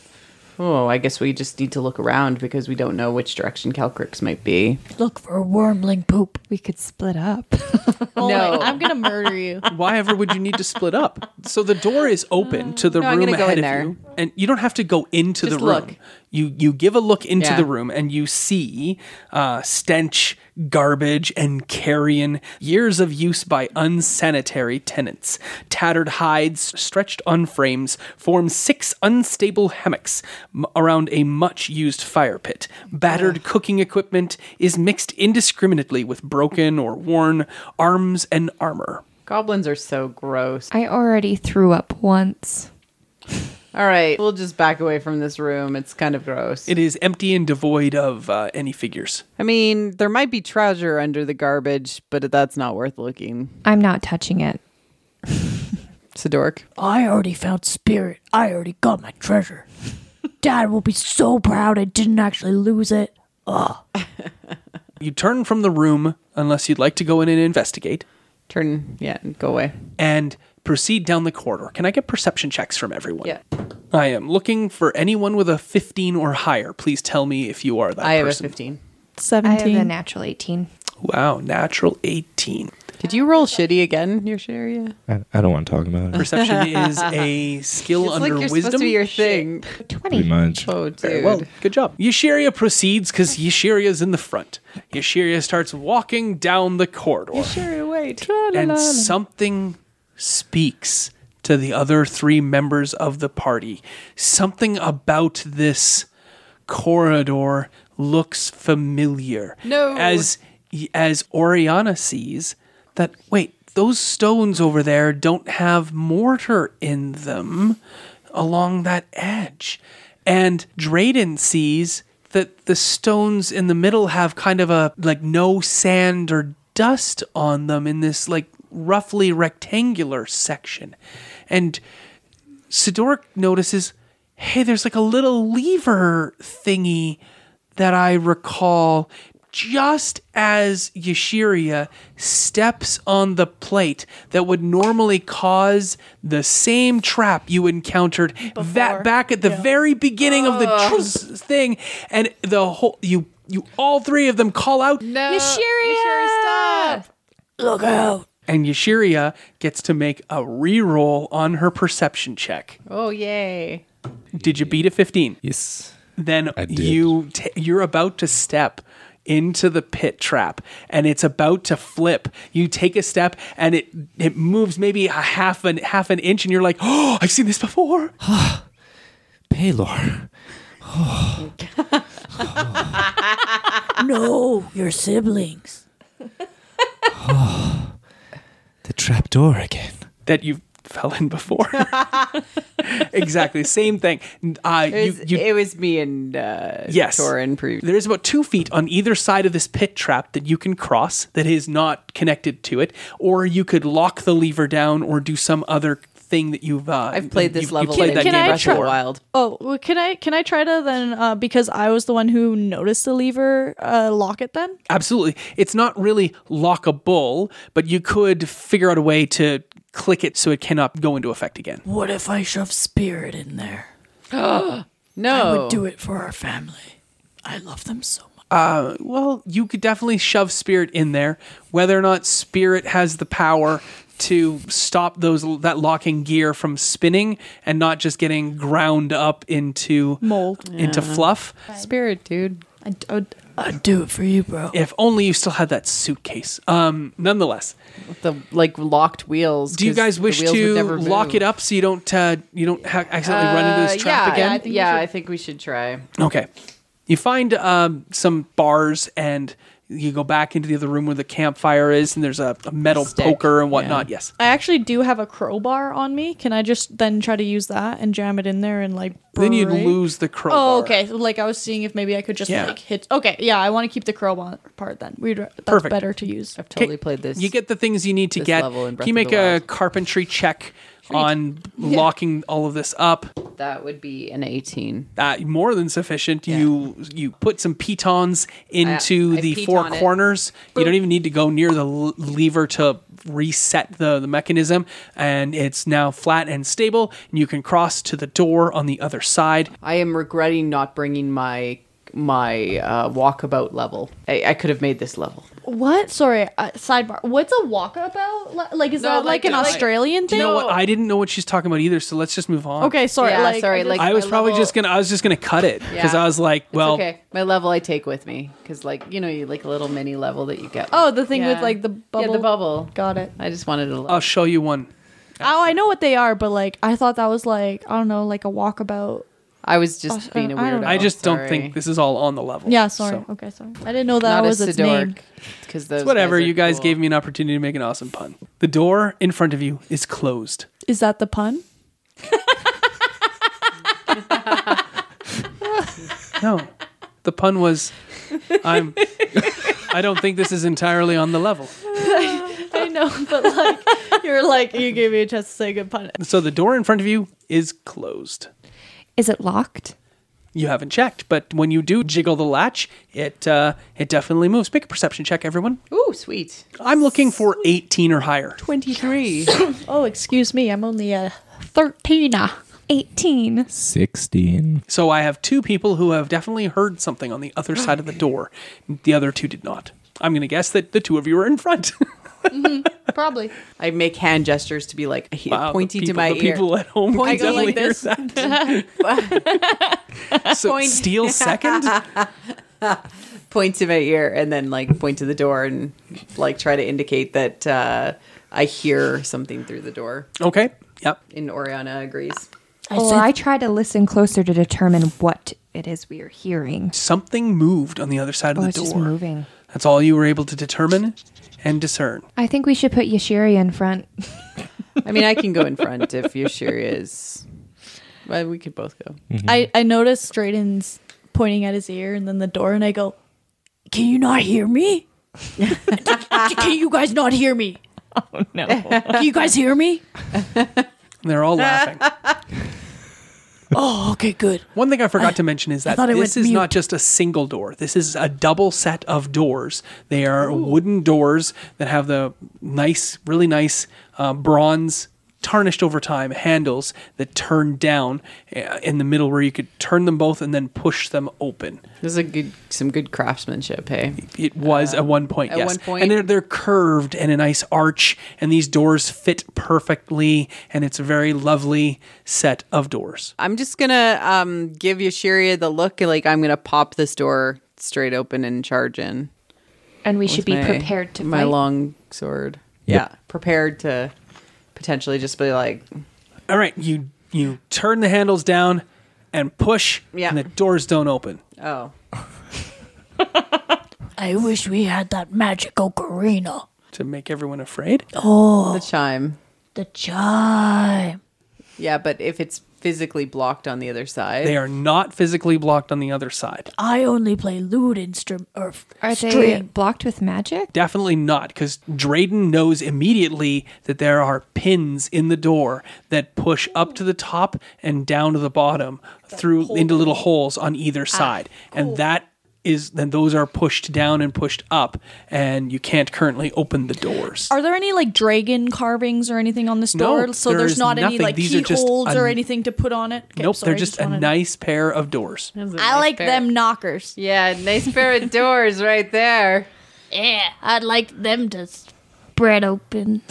[SPEAKER 8] Oh, I guess we just need to look around because we don't know which direction Calcrix might be.
[SPEAKER 9] Look for wormling poop.
[SPEAKER 5] We could split up.
[SPEAKER 6] Oh,
[SPEAKER 8] No.
[SPEAKER 6] wait, I'm gonna murder you.
[SPEAKER 2] Why ever would you need to split up? So the door is open to the
[SPEAKER 8] No, I'm
[SPEAKER 2] room
[SPEAKER 8] gonna go
[SPEAKER 2] ahead
[SPEAKER 8] in
[SPEAKER 2] of
[SPEAKER 8] there.
[SPEAKER 2] you, and you don't have to go into
[SPEAKER 8] Just
[SPEAKER 2] the room.
[SPEAKER 8] look.
[SPEAKER 2] You you give a look into
[SPEAKER 8] Yeah.
[SPEAKER 2] the room, and you see uh, stench, garbage, and carrion. Years of use by unsanitary tenants. Tattered hides stretched on frames form six unstable hammocks m- around a much-used fire pit. Battered cooking equipment is mixed indiscriminately with broken or worn arms and armor.
[SPEAKER 8] Goblins are so gross.
[SPEAKER 5] I already threw up once.
[SPEAKER 8] All right, we'll just back away from this room. It's kind of gross.
[SPEAKER 2] It is empty and devoid of uh, any figures.
[SPEAKER 8] I mean, there might be treasure under the garbage, but that's not worth looking.
[SPEAKER 5] I'm not touching it.
[SPEAKER 8] It's a dork.
[SPEAKER 9] I already found spirit. I already got my treasure. Dad will be so proud I didn't actually lose it.
[SPEAKER 2] You turn from the room unless you'd like to go in and investigate.
[SPEAKER 8] Turn, yeah, and go away.
[SPEAKER 2] and proceed down the corridor. Can I get perception checks from everyone?
[SPEAKER 8] Yeah.
[SPEAKER 2] I am looking for anyone with a 15 or higher. Please tell me if you are that
[SPEAKER 8] I have a
[SPEAKER 2] person.
[SPEAKER 8] 15.
[SPEAKER 5] I have
[SPEAKER 6] 17.
[SPEAKER 5] a natural 18.
[SPEAKER 2] Wow, natural 18.
[SPEAKER 8] Did you roll shitty again, your shit area?
[SPEAKER 7] I, I don't want to talk about it
[SPEAKER 2] Perception is a skill
[SPEAKER 8] It's like
[SPEAKER 2] under
[SPEAKER 8] you're
[SPEAKER 2] wisdom.
[SPEAKER 8] supposed to be your thing.
[SPEAKER 7] pretty
[SPEAKER 5] 20.
[SPEAKER 7] much.
[SPEAKER 8] Oh, dude.
[SPEAKER 2] Very well, good job. Yashiria proceeds because Yashiria's in the front. Yashiria starts walking down the corridor.
[SPEAKER 8] Sure, wait.
[SPEAKER 2] and something speaks to the other three members of the party. Something about this corridor looks familiar.
[SPEAKER 8] No.
[SPEAKER 2] As as Oriana sees that wait, those stones over there don't have mortar in them along that edge. And Drayden sees that the stones in the middle have kind of a like no sand or dust on them in this like roughly rectangular section. And Sidoric notices, hey, there's like a little lever thingy that I recall just as Yashiria steps on the plate that would normally cause the same trap you encountered that back at the very beginning of the tr- s- thing and the whole you you all three of them call out
[SPEAKER 5] Yashiria!
[SPEAKER 9] Look out.
[SPEAKER 2] and Yashiria gets to make a reroll on her perception check.
[SPEAKER 8] Oh, yay.
[SPEAKER 2] Did you beat a 15?
[SPEAKER 7] Yes.
[SPEAKER 2] then
[SPEAKER 7] did.
[SPEAKER 2] you t- you're about to step into the pit trap and it's about to flip you take a step and it it moves maybe a half an half an inch and you're like oh i've seen this before
[SPEAKER 10] Paylor.
[SPEAKER 9] No, your siblings.
[SPEAKER 10] The trapdoor again.
[SPEAKER 2] that you fell in before exactly same thing uh
[SPEAKER 8] It was,
[SPEAKER 2] you, you
[SPEAKER 8] it was me and uh,
[SPEAKER 2] Yes.
[SPEAKER 8] Torin pre-
[SPEAKER 2] There is about two feet on either side of this pit trap that you can cross that is not connected to it, or you could lock the lever down or do some other thing that you've. Uh,
[SPEAKER 8] I've played this
[SPEAKER 2] you've-
[SPEAKER 8] level
[SPEAKER 2] You've played
[SPEAKER 8] in
[SPEAKER 2] that
[SPEAKER 6] Can
[SPEAKER 2] game
[SPEAKER 6] I
[SPEAKER 2] before.
[SPEAKER 6] try-
[SPEAKER 8] Breath of the Wild.
[SPEAKER 6] Oh, well, can I can I try to then uh, because I was the one who noticed the lever uh, lock it then?
[SPEAKER 2] Absolutely, it's not really lockable, but you could figure out a way to click it so it cannot go into effect again.
[SPEAKER 9] What if I shove spirit in there? I
[SPEAKER 8] No.
[SPEAKER 9] would do it for our family. I love them so much.
[SPEAKER 2] Uh, Well, you could definitely shove spirit in there. Whether or not spirit has the power to stop those that locking gear from spinning and not just getting ground up into
[SPEAKER 6] Mold.
[SPEAKER 2] into fluff.
[SPEAKER 8] Spirit, dude.
[SPEAKER 6] I, d- I would-
[SPEAKER 9] I'd do it for you, bro.
[SPEAKER 2] If only you still had that suitcase. Um, nonetheless,
[SPEAKER 8] The like locked wheels.
[SPEAKER 2] do you
[SPEAKER 8] 'cause
[SPEAKER 2] guys
[SPEAKER 8] the
[SPEAKER 2] wish
[SPEAKER 8] wheels would
[SPEAKER 2] to
[SPEAKER 8] never
[SPEAKER 2] lock
[SPEAKER 8] move.
[SPEAKER 2] it up so you don't uh, you don't ha- accidentally run into
[SPEAKER 8] Uh,
[SPEAKER 2] this trap
[SPEAKER 8] yeah,
[SPEAKER 2] again?
[SPEAKER 8] I think yeah, I think we should try.
[SPEAKER 2] Okay. You find um, some bars and you go back into the other room where the campfire is and there's a, a metal
[SPEAKER 8] Stick,
[SPEAKER 2] poker and whatnot. Yes.
[SPEAKER 6] I actually do have a crowbar on me. Can I just then try to use that and jam it in there and like
[SPEAKER 2] Then you'd
[SPEAKER 6] break-
[SPEAKER 2] lose the crowbar.
[SPEAKER 6] Oh, okay. So, Like I was seeing if maybe I could just
[SPEAKER 2] Yeah.
[SPEAKER 6] like hit. Okay, yeah, I want to keep the crowbar part then. We'd that's
[SPEAKER 2] Perfect.
[SPEAKER 6] better to use.
[SPEAKER 8] I've totally played this.
[SPEAKER 2] You get the things you need to
[SPEAKER 8] This
[SPEAKER 2] get.
[SPEAKER 8] level in Breath
[SPEAKER 2] Can you
[SPEAKER 8] of
[SPEAKER 2] make
[SPEAKER 8] the
[SPEAKER 2] a
[SPEAKER 8] Wild.
[SPEAKER 2] carpentry check on locking all of this up?
[SPEAKER 8] that would be an 18.
[SPEAKER 2] Uh, more than sufficient. You you put some pitons into
[SPEAKER 8] I
[SPEAKER 2] the
[SPEAKER 8] piton
[SPEAKER 2] four
[SPEAKER 8] it.
[SPEAKER 2] corners. You don't even need to go near the l- lever to reset the, the mechanism, and it's now flat and stable. And you can cross to the door on the other side.
[SPEAKER 8] I am regretting not bringing my my uh, walkabout level. I, I could have made this level.
[SPEAKER 6] What? Sorry. Uh, sidebar. What's a walkabout? Like is
[SPEAKER 8] No,
[SPEAKER 6] that
[SPEAKER 8] like
[SPEAKER 6] like, an
[SPEAKER 8] the- like-
[SPEAKER 6] Australian thing?
[SPEAKER 2] You know what? I didn't know what she's talking about either. So let's just move on.
[SPEAKER 6] okay, sorry.
[SPEAKER 8] Yeah,
[SPEAKER 6] like,
[SPEAKER 8] sorry,
[SPEAKER 6] I just-
[SPEAKER 8] like-
[SPEAKER 2] I was
[SPEAKER 8] my
[SPEAKER 2] probably
[SPEAKER 8] level-
[SPEAKER 2] just gonna. I was just gonna cut it because
[SPEAKER 8] Yeah.
[SPEAKER 2] I was like,
[SPEAKER 8] It's
[SPEAKER 2] well,
[SPEAKER 8] okay. My level I take with me because, like, you know, you like a little mini level that you get.
[SPEAKER 6] oh, the thing
[SPEAKER 8] Yeah.
[SPEAKER 6] with like the bubble.
[SPEAKER 8] Yeah, the bubble.
[SPEAKER 6] Got it.
[SPEAKER 8] I just wanted to.
[SPEAKER 2] I'll show you one.
[SPEAKER 6] Oh, I know what they are, but like I thought that was like I don't know, like a walkabout.
[SPEAKER 8] I was just
[SPEAKER 6] Oh,
[SPEAKER 8] being a
[SPEAKER 6] I don't
[SPEAKER 8] weirdo.
[SPEAKER 6] know.
[SPEAKER 2] I just
[SPEAKER 8] Sorry.
[SPEAKER 2] don't think this is all on the level.
[SPEAKER 6] Yeah, sorry.
[SPEAKER 2] So,
[SPEAKER 6] Okay, sorry. I didn't know that
[SPEAKER 8] Not
[SPEAKER 6] was
[SPEAKER 8] a
[SPEAKER 6] its name.
[SPEAKER 8] Sidork. Because those
[SPEAKER 2] Whatever,
[SPEAKER 8] guys are
[SPEAKER 2] you guys
[SPEAKER 8] cool.
[SPEAKER 2] gave me an opportunity to make an awesome pun. The door in front of you is closed.
[SPEAKER 6] Is that the pun?
[SPEAKER 2] No. The pun was I'm I don't think this is entirely on the level.
[SPEAKER 6] I know, but like you're like you gave me a chance to say a good pun.
[SPEAKER 2] So the door in front of you is closed.
[SPEAKER 5] Is it locked?
[SPEAKER 2] You haven't checked, but when you do jiggle the latch, it uh, it definitely moves. Make a perception check, everyone.
[SPEAKER 8] Ooh, sweet.
[SPEAKER 2] I'm looking for 18 or higher.
[SPEAKER 8] 23.
[SPEAKER 6] Oh, excuse me. I'm only a 13.
[SPEAKER 5] 18.
[SPEAKER 7] 16.
[SPEAKER 2] So I have two people who have definitely heard something on the other side of the door. The other two did not. I'm going to guess that the two of you are in front.
[SPEAKER 6] Probably.
[SPEAKER 8] I make hand gestures to be like he-
[SPEAKER 2] Wow, the
[SPEAKER 8] pointy
[SPEAKER 2] people-
[SPEAKER 8] to my
[SPEAKER 2] the
[SPEAKER 8] ear.
[SPEAKER 2] people at home can
[SPEAKER 8] Pointy
[SPEAKER 2] definitely
[SPEAKER 8] like
[SPEAKER 2] hear
[SPEAKER 8] this.
[SPEAKER 2] so
[SPEAKER 8] Point.
[SPEAKER 2] steal second.
[SPEAKER 8] Point to my ear and then like point to the door and like try to indicate that uh, I hear something through the door.
[SPEAKER 2] Okay. Yep.
[SPEAKER 8] And Oriana agrees.
[SPEAKER 5] Or I try to listen closer to determine what it is we are hearing.
[SPEAKER 2] Something moved on the other side of
[SPEAKER 5] Oh,
[SPEAKER 2] the
[SPEAKER 5] it's
[SPEAKER 2] door.
[SPEAKER 5] just moving.
[SPEAKER 2] That's all you were able to determine and discern.
[SPEAKER 5] I think we should put Yashiri in front.
[SPEAKER 8] I mean, I can go in front if Yoshiri is. Well, we could both go.
[SPEAKER 2] Mm-hmm.
[SPEAKER 6] I, I noticed Drayden's pointing at his ear and then the door, and I go,
[SPEAKER 9] Can you not hear me? Can you guys not hear me? Oh no. Can you guys hear me?
[SPEAKER 2] They're all laughing.
[SPEAKER 9] Oh, okay, good.
[SPEAKER 2] One thing I forgot to mention is that
[SPEAKER 9] thought it
[SPEAKER 2] this
[SPEAKER 9] went
[SPEAKER 2] is not
[SPEAKER 9] mute.
[SPEAKER 2] just a single door. This is a double set of doors. They are wooden doors that have the nice, really nice uh, bronze, tarnished over time handles that turn down uh, in the middle, where you could turn them both and then push them open.
[SPEAKER 8] This is a good, some good craftsmanship. Hey,
[SPEAKER 2] It was at one point,
[SPEAKER 8] Uh, at
[SPEAKER 2] yes.
[SPEAKER 8] one point-
[SPEAKER 2] And they're they're curved and a nice arch, and these doors fit perfectly, and it's a very lovely set of doors.
[SPEAKER 8] I'm just gonna um, give Yoshiria the look, like I'm gonna pop this door straight open and charge in.
[SPEAKER 5] And we
[SPEAKER 8] with
[SPEAKER 5] should be
[SPEAKER 8] my-
[SPEAKER 5] prepared to
[SPEAKER 8] my
[SPEAKER 5] fight.
[SPEAKER 8] long sword.
[SPEAKER 7] Yep.
[SPEAKER 8] Yeah, prepared to potentially just be like,
[SPEAKER 2] All right, you you turn the handles down and push,
[SPEAKER 8] Yeah.
[SPEAKER 2] and the doors don't open.
[SPEAKER 8] oh,
[SPEAKER 9] I wish we had that magic ocarina.
[SPEAKER 2] To make everyone afraid,
[SPEAKER 8] the chime.
[SPEAKER 9] The chime.
[SPEAKER 8] Yeah, but if it's physically blocked on the other side,
[SPEAKER 2] they are not physically blocked on the other side.
[SPEAKER 9] I only play lute instrument or f-
[SPEAKER 5] Are they
[SPEAKER 9] string.
[SPEAKER 5] blocked with magic?
[SPEAKER 2] Definitely not, because Drayden knows immediately that there are pins in the door that push up to the top and down to the bottom through into little holes on either side, and that is then those are pushed down and pushed up, and you can't currently open the doors.
[SPEAKER 6] Are there any like dragon carvings or anything on this
[SPEAKER 2] No,
[SPEAKER 6] door? so
[SPEAKER 2] there
[SPEAKER 6] there's
[SPEAKER 2] is
[SPEAKER 6] not any
[SPEAKER 2] nothing.
[SPEAKER 6] like
[SPEAKER 2] These are just
[SPEAKER 6] keyholes or
[SPEAKER 2] a-
[SPEAKER 6] anything to put on it? Okay,
[SPEAKER 2] nope,
[SPEAKER 6] sorry,
[SPEAKER 2] they're just, a
[SPEAKER 6] wanted-
[SPEAKER 2] nice pair of doors.
[SPEAKER 6] I like them knockers.
[SPEAKER 8] yeah, nice pair of doors right there.
[SPEAKER 9] Yeah, I'd like them to spread open.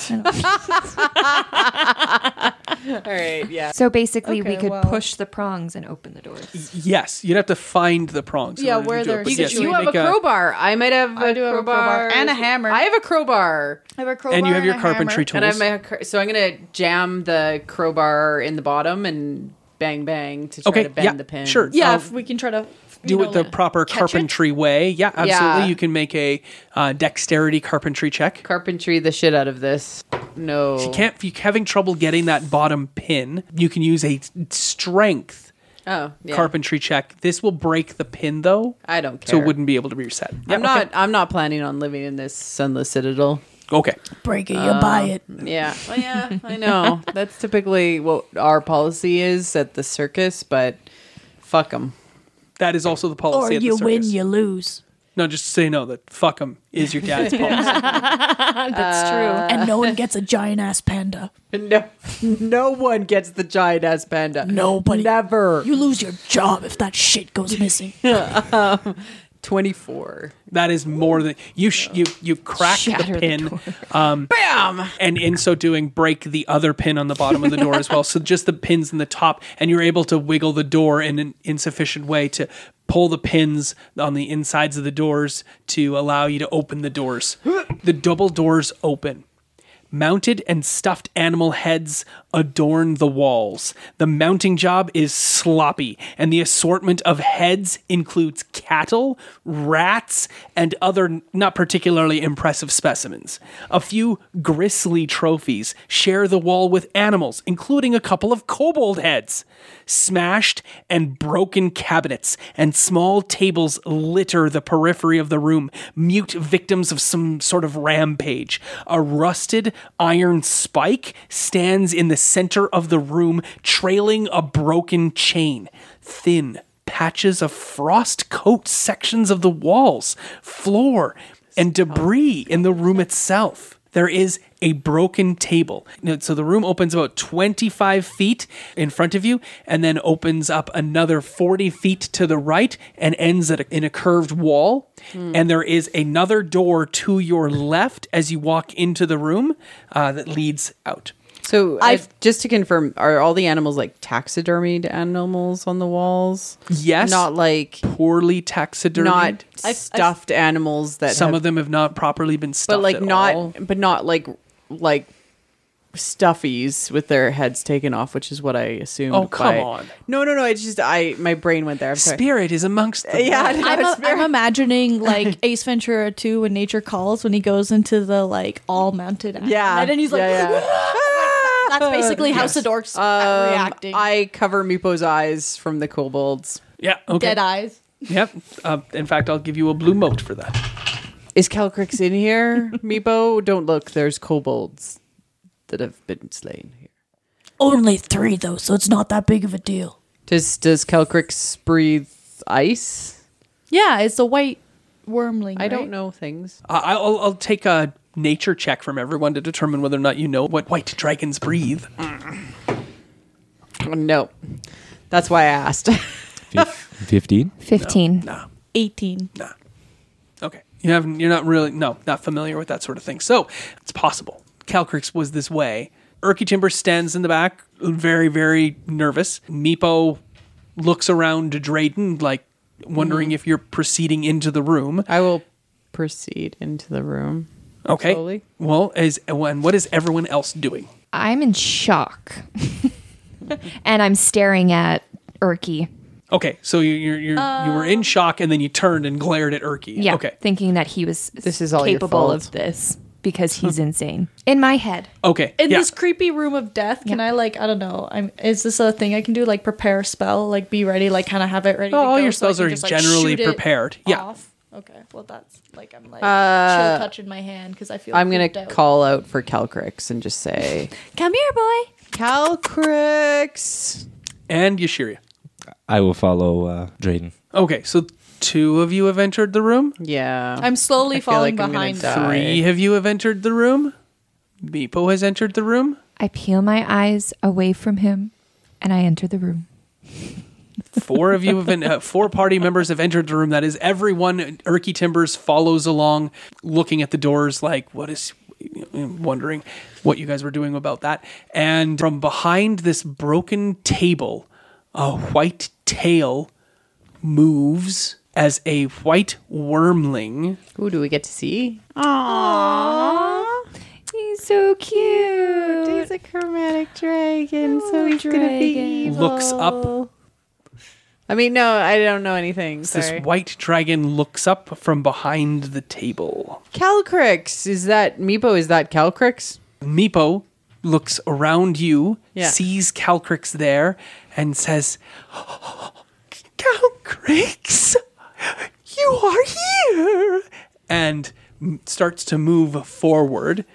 [SPEAKER 8] All right, yeah.
[SPEAKER 5] So basically, we
[SPEAKER 6] Okay,
[SPEAKER 5] could
[SPEAKER 6] well-
[SPEAKER 5] push the prongs and open the doors.
[SPEAKER 2] Yes, you'd have to find the prongs. in
[SPEAKER 6] Yeah,
[SPEAKER 2] order to
[SPEAKER 6] where
[SPEAKER 2] do it,
[SPEAKER 6] they're
[SPEAKER 2] but yes,
[SPEAKER 6] situated.
[SPEAKER 8] you
[SPEAKER 2] you'd
[SPEAKER 8] have a
[SPEAKER 2] make
[SPEAKER 8] crowbar. I might have a
[SPEAKER 6] do have a
[SPEAKER 8] crowbar.
[SPEAKER 6] crowbar and a hammer.
[SPEAKER 8] I have a crowbar.
[SPEAKER 6] I have a crowbar
[SPEAKER 2] And you have your
[SPEAKER 6] a
[SPEAKER 2] carpentry
[SPEAKER 6] hammer.
[SPEAKER 2] tools.
[SPEAKER 8] And I'm a, cr- so I'm gonna jam the crowbar in the bottom and bang bang to try
[SPEAKER 2] Okay,
[SPEAKER 8] to bend
[SPEAKER 2] yeah,
[SPEAKER 8] the pin.
[SPEAKER 2] sure.
[SPEAKER 6] Yeah,
[SPEAKER 2] I'll
[SPEAKER 6] if we can try to
[SPEAKER 2] do
[SPEAKER 6] you
[SPEAKER 2] it the
[SPEAKER 6] know, uh,
[SPEAKER 2] proper
[SPEAKER 6] catch it.
[SPEAKER 2] carpentry way. Yeah, absolutely.
[SPEAKER 8] Yeah.
[SPEAKER 2] You can make a uh, dexterity carpentry check.
[SPEAKER 8] Carpentry the shit out of this. No.
[SPEAKER 2] You can't. If you're having trouble getting that bottom pin, you can use a strength
[SPEAKER 8] Oh, yeah.
[SPEAKER 2] carpentry check. This will break the pin though,
[SPEAKER 8] I don't care.
[SPEAKER 2] so it wouldn't be able to be reset. Yeah,
[SPEAKER 8] I'm not. I'm not planning on living in this sunless citadel.
[SPEAKER 2] Okay.
[SPEAKER 9] Break it, you buy it.
[SPEAKER 8] Yeah. Well, yeah. I know. That's typically what our policy is at the circus, but fuck them.
[SPEAKER 2] That is also the
[SPEAKER 9] Or
[SPEAKER 2] policy. at the
[SPEAKER 9] you win,
[SPEAKER 2] circus.
[SPEAKER 9] you lose.
[SPEAKER 2] No, just say no. That fuck 'em is your dad's policy.
[SPEAKER 5] That's true.
[SPEAKER 9] and no one gets a giant ass panda.
[SPEAKER 8] No, no one gets the giant ass panda.
[SPEAKER 9] Nobody.
[SPEAKER 8] Never.
[SPEAKER 9] You lose your job if that shit goes missing.
[SPEAKER 8] 24.
[SPEAKER 2] That is more than you. Sh- you you crack the pin. um,
[SPEAKER 8] Bam!
[SPEAKER 2] and in so doing break the other pin on the bottom of the door as well so just the pins in the top and you're able to wiggle the door in an insufficient way to pull the pins on the insides of the doors to allow you to open the doors the double doors open Mounted and stuffed animal heads adorn the walls. The mounting job is sloppy, and the assortment of heads includes cattle, rats, and other not particularly impressive specimens. A few grisly trophies share the wall with animals, including a couple of kobold heads. Smashed and broken cabinets and small tables litter the periphery of the room, mute victims of some sort of rampage. A rusted iron spike stands in the center of the room, trailing a broken chain. Thin, patches of frost coat sections of the walls, floor, and debris in the room itself. There is a broken table. Now, So the room opens about 25 feet in front of you and then opens up another 40 feet to the right and ends at a, in a curved wall.
[SPEAKER 8] Hmm.
[SPEAKER 2] And there is another door to your left as you walk into the room uh, that leads out.
[SPEAKER 8] So i just to confirm, are all the animals like taxidermied animals on the walls?
[SPEAKER 2] Yes.
[SPEAKER 8] Not like
[SPEAKER 2] Poorly taxidermied.
[SPEAKER 8] not stuffed animals that
[SPEAKER 2] Some
[SPEAKER 8] have-
[SPEAKER 2] of them have not properly been stuffed.
[SPEAKER 8] but like
[SPEAKER 2] at
[SPEAKER 8] not
[SPEAKER 2] all.
[SPEAKER 8] but not like like stuffies with their heads taken off, which is what I assumed.
[SPEAKER 2] Oh, come
[SPEAKER 8] by-
[SPEAKER 2] on.
[SPEAKER 8] No, no, no. It's just I my brain went there. I'm sorry.
[SPEAKER 2] Spirit is amongst them.
[SPEAKER 8] Yeah, I know,
[SPEAKER 6] I'm,
[SPEAKER 8] it's
[SPEAKER 6] a,
[SPEAKER 8] very-
[SPEAKER 6] I'm imagining like Ace Ventura 2 when nature calls when he goes into the like all mounted animal.
[SPEAKER 8] Yeah,
[SPEAKER 6] And then he's like,
[SPEAKER 8] yeah, yeah.
[SPEAKER 6] that's basically House of Dorks
[SPEAKER 8] Um,
[SPEAKER 6] reacting.
[SPEAKER 8] I cover Meepo's eyes from the kobolds.
[SPEAKER 2] Yeah. Okay.
[SPEAKER 6] Dead eyes.
[SPEAKER 2] Yep. Uh, in fact, I'll give you a blue mote for that.
[SPEAKER 8] Is Calcrix in here? Meepo, don't look. There's kobolds that have been slain here.
[SPEAKER 9] Only three, though, so it's not that big of a deal.
[SPEAKER 8] Does does Calcrix breathe ice?
[SPEAKER 6] Yeah, it's the white wormling.
[SPEAKER 8] I don't
[SPEAKER 6] right?
[SPEAKER 8] know things.
[SPEAKER 2] Uh, I'll, I'll take a nature check from everyone to determine whether or not you know what white dragons breathe.
[SPEAKER 8] Oh, No, that's why I asked.
[SPEAKER 7] Fifteen.
[SPEAKER 5] 15.
[SPEAKER 6] 18.
[SPEAKER 2] Okay. You haven't. You're not really. No, not familiar with that sort of thing. So it's possible. Calcrix was this way. Erky Timber stands in the back, very, very nervous. Meepo looks around to Drayden, like
[SPEAKER 6] Mm.
[SPEAKER 2] wondering if you're proceeding into the room.
[SPEAKER 8] I will proceed into the room.
[SPEAKER 2] Okay.
[SPEAKER 8] Slowly.
[SPEAKER 2] Well, is and what is everyone else doing?
[SPEAKER 5] I'm in shock. and I'm staring at Erky.
[SPEAKER 2] Okay, so you you're, you're, you were
[SPEAKER 6] Uh,
[SPEAKER 2] in shock, and then you turned and glared at Erky.
[SPEAKER 5] Yeah.
[SPEAKER 2] Okay.
[SPEAKER 5] Thinking that he was
[SPEAKER 8] This is all your
[SPEAKER 5] capable
[SPEAKER 8] fault.
[SPEAKER 5] of this because he's insane. In my head.
[SPEAKER 2] Okay.
[SPEAKER 6] In
[SPEAKER 2] yeah.
[SPEAKER 6] this creepy room of death, can I like I don't know? I'm is this a thing I can do? Like prepare a spell, like be ready, like kind of have it ready.
[SPEAKER 2] Oh,
[SPEAKER 6] to
[SPEAKER 2] all
[SPEAKER 6] go
[SPEAKER 2] your
[SPEAKER 6] so I
[SPEAKER 2] spells
[SPEAKER 6] can
[SPEAKER 2] are
[SPEAKER 6] just, like,
[SPEAKER 2] generally
[SPEAKER 6] shoot it
[SPEAKER 2] prepared. Yeah.
[SPEAKER 6] Off. Okay. Well, that's like I'm like
[SPEAKER 8] Uh,
[SPEAKER 6] chill touch in my hand because I feel.
[SPEAKER 8] I'm gonna
[SPEAKER 6] creeped out.
[SPEAKER 8] call out for Calcrix and just say,
[SPEAKER 5] Come here, boy.
[SPEAKER 8] Calcrix.
[SPEAKER 2] and Yashiria.
[SPEAKER 7] I will follow uh, Drayden.
[SPEAKER 2] Okay, so two of you have entered the room.
[SPEAKER 8] Yeah,
[SPEAKER 6] I'm slowly
[SPEAKER 8] I feel
[SPEAKER 6] falling
[SPEAKER 8] like I'm gonna
[SPEAKER 6] behind.
[SPEAKER 8] die.
[SPEAKER 6] them.
[SPEAKER 2] Three of you have entered the room. Meepo has entered the room.
[SPEAKER 5] I peel my eyes away from him and I enter the room.
[SPEAKER 2] Four of you have been, uh, four party members have entered the room. That is everyone. Erky Timbers follows along, looking at the doors, like what is wondering what you guys were doing about that. And from behind this broken table, a white tail moves as a white wormling.
[SPEAKER 8] Who do we get to see?
[SPEAKER 5] He's so cute. Oh,
[SPEAKER 8] He's a chromatic dragon, so he's gonna be evil.
[SPEAKER 2] Looks up.
[SPEAKER 8] I mean, no, I don't know anything. Sorry.
[SPEAKER 2] This white dragon looks up from behind the table.
[SPEAKER 8] Calcrix is that Meepo? Is that Calcrix?
[SPEAKER 2] Meepo looks around you,
[SPEAKER 8] Yeah.
[SPEAKER 2] sees Calcrix there, and says, Calcrix, you are here! And m- starts to move forward.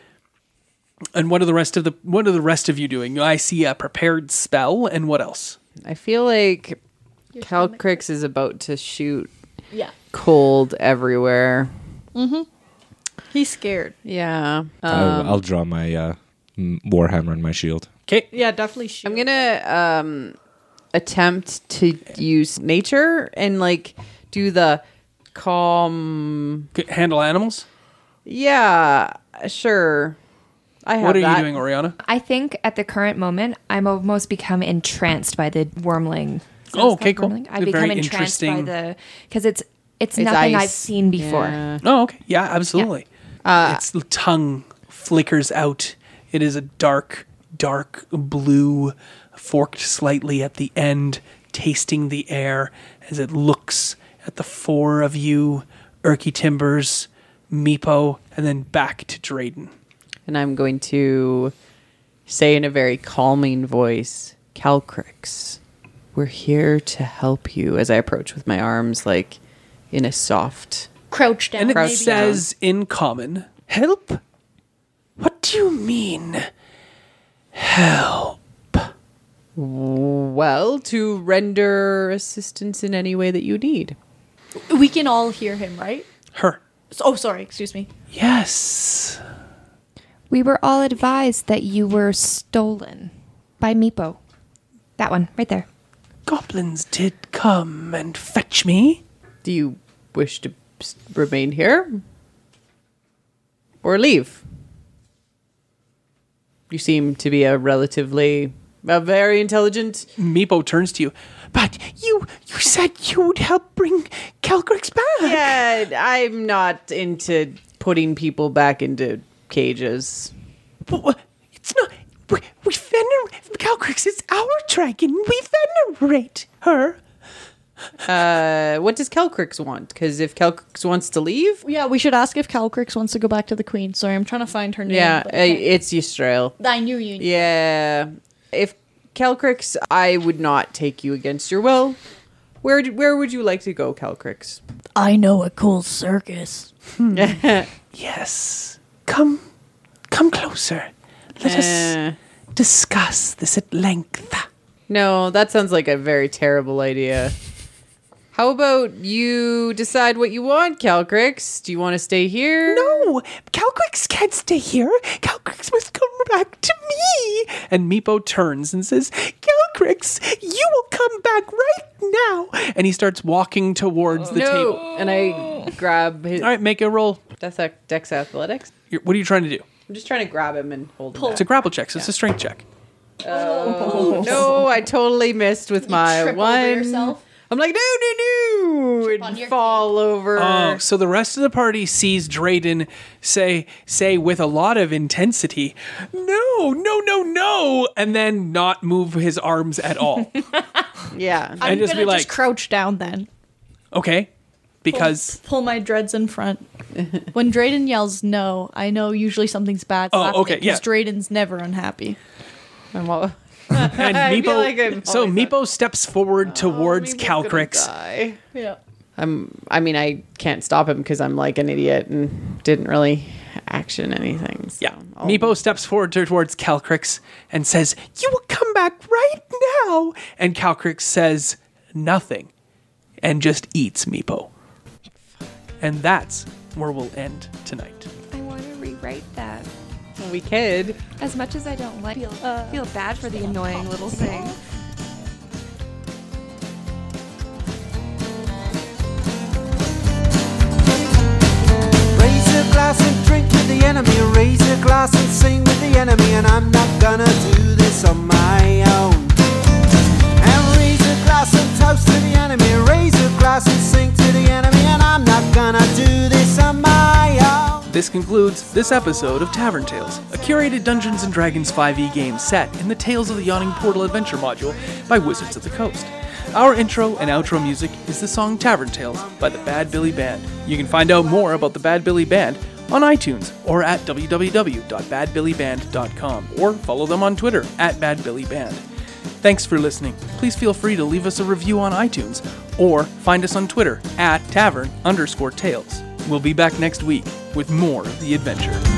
[SPEAKER 2] And what are the rest of the what are the rest of you doing? I see a prepared spell and what else?
[SPEAKER 8] I feel like Calcrix is about to shoot
[SPEAKER 6] Yeah.
[SPEAKER 8] cold everywhere.
[SPEAKER 6] He's scared.
[SPEAKER 8] Yeah.
[SPEAKER 7] I, will draw my uh, m- warhammer and my shield.
[SPEAKER 2] Okay.
[SPEAKER 6] Yeah, definitely shoot.
[SPEAKER 8] I'm gonna um attempt to use nature and like do the calm.
[SPEAKER 2] G- Handle animals.
[SPEAKER 8] Yeah, sure. I have
[SPEAKER 2] What are
[SPEAKER 8] that.
[SPEAKER 2] you doing, Oriana?
[SPEAKER 5] I think at the current moment, I'm almost become entranced by the wormling. Is that
[SPEAKER 2] Oh,
[SPEAKER 5] what it's
[SPEAKER 2] okay,
[SPEAKER 5] called?
[SPEAKER 2] cool.
[SPEAKER 5] Wormling? I
[SPEAKER 2] They're
[SPEAKER 5] become
[SPEAKER 2] very
[SPEAKER 5] entranced by
[SPEAKER 2] interesting.
[SPEAKER 5] the because it's it's,
[SPEAKER 8] It's
[SPEAKER 5] nothing I've
[SPEAKER 8] ice.
[SPEAKER 5] seen before.
[SPEAKER 8] Yeah.
[SPEAKER 2] Oh, okay. Yeah, absolutely. its l- tongue flickers out. It is a dark, dark blue, forked slightly at the end, tasting the air as it looks at the four of you, Erky Timbers, Meepo, and then back to Drayden.
[SPEAKER 8] And I'm going to say in a very calming voice, Calcrix, we're here to help you as I approach with my arms like in a soft
[SPEAKER 6] crouch down.
[SPEAKER 2] And it
[SPEAKER 8] Crouch
[SPEAKER 2] says in common, Help? What do you mean? Help.
[SPEAKER 8] well to render assistance in any way that you need.
[SPEAKER 6] We can all hear him, right?
[SPEAKER 2] Her.
[SPEAKER 6] So- Oh, sorry. Excuse me.
[SPEAKER 2] Yes.
[SPEAKER 5] We were all advised that you were stolen by Meepo. That one, right there.
[SPEAKER 2] Goblins did come and fetch me.
[SPEAKER 8] Do you wish to s- remain here or leave? You seem to be a relatively a very intelligent.
[SPEAKER 2] Meepo turns to you. But you you said you would help bring Calgrix back.
[SPEAKER 8] Yeah, I'm not into putting people back into cages.
[SPEAKER 2] But, uh, it's not. We, we venerate. Calgrix is our dragon. We venerate her.
[SPEAKER 8] Uh, what does Kelcrix want? Because if Kelcrix wants to leave,
[SPEAKER 6] Yeah, we should ask if Calcrix wants to go back to the queen. Sorry, I'm trying to find her name.
[SPEAKER 8] yeah,
[SPEAKER 6] but I
[SPEAKER 8] uh,
[SPEAKER 6] can't.
[SPEAKER 8] it's Yisrael.
[SPEAKER 6] I knew you. knew.
[SPEAKER 8] Yeah. If Calcrix, I would not take you against your will. Where d- where would you like to go, Calcrix?
[SPEAKER 9] I know a cool circus.
[SPEAKER 2] Yes. Come, come closer. Let us
[SPEAKER 8] Eh.
[SPEAKER 2] discuss this at length.
[SPEAKER 8] No, that sounds like a very terrible idea. How about you decide what you want, Calcrix? Do you want to stay here?
[SPEAKER 2] No, Calgrix can't stay here. Calgrix must come back to me. And Meepo turns and says, Calgrix, you will come back right now. And he starts walking towards the
[SPEAKER 8] Oh, No.
[SPEAKER 2] table.
[SPEAKER 8] And I grab his.
[SPEAKER 2] All right, make a roll.
[SPEAKER 8] That's a Dex Athletics.
[SPEAKER 2] You're, what are you trying to do?
[SPEAKER 8] I'm just trying to grab him and hold him.
[SPEAKER 2] It's a grapple check, so it's a strength check.
[SPEAKER 8] back. No, I totally missed with my
[SPEAKER 6] trip over
[SPEAKER 8] one.
[SPEAKER 6] yourself?
[SPEAKER 8] I'm like, no, no, no.
[SPEAKER 6] on your
[SPEAKER 8] And fall over.
[SPEAKER 2] Oh, so the rest of the party sees Drayden say say with a lot of intensity, "No, no, no, no," and then not move his arms at all.
[SPEAKER 8] Yeah.
[SPEAKER 6] I'm
[SPEAKER 2] just
[SPEAKER 6] gonna
[SPEAKER 2] be like-
[SPEAKER 6] just crouch down then.
[SPEAKER 2] okay, because
[SPEAKER 6] pull my dreads in front. when Drayden yells no, I know usually something's bad's
[SPEAKER 2] Oh,
[SPEAKER 6] happening
[SPEAKER 2] okay, yeah.
[SPEAKER 6] because Drayden's never unhappy.
[SPEAKER 8] I'm all-
[SPEAKER 2] and
[SPEAKER 8] I
[SPEAKER 2] Meepo.
[SPEAKER 8] feel like I'm
[SPEAKER 2] so
[SPEAKER 8] always Oh,
[SPEAKER 2] Meepo steps forward towards
[SPEAKER 8] Meepo's gonna
[SPEAKER 2] Calcrix.
[SPEAKER 8] die.
[SPEAKER 6] Yeah.
[SPEAKER 8] I'm. I mean, I can't stop him because I'm like an idiot and didn't really action anything. so
[SPEAKER 2] Yeah,
[SPEAKER 8] I'll-
[SPEAKER 2] Meepo steps forward towards Calcrix and says, "You will come back right now." And Calcrix says nothing, and just eats Meepo. And that's where we'll end tonight.
[SPEAKER 5] I want to rewrite that.
[SPEAKER 8] we kid.
[SPEAKER 5] As much as I don't like uh, feel, feel bad for the annoying little thing.
[SPEAKER 4] Raise a glass and drink with the enemy. Raise a glass and sing with the enemy. And I'm not gonna do this on my own. And raise a glass and toast to the enemy. Raise a glass and sing to the enemy. And I'm not gonna do this on my own.
[SPEAKER 2] This concludes this episode of Tavern Tales, a curated Dungeons and Dragons 5e game set in the Tales of the Yawning Portal adventure module by Wizards of the Coast. Our intro and outro music is the song Tavern Tales by the Bad Billy Band. You can find out more about the Bad Billy Band on iTunes or at www.badbillyband.com or follow them on Twitter at badbillyband. Thanks for listening. Please feel free to leave us a review on iTunes or find us on Twitter at tavern underscore tales. We'll be back next week with more of the adventure.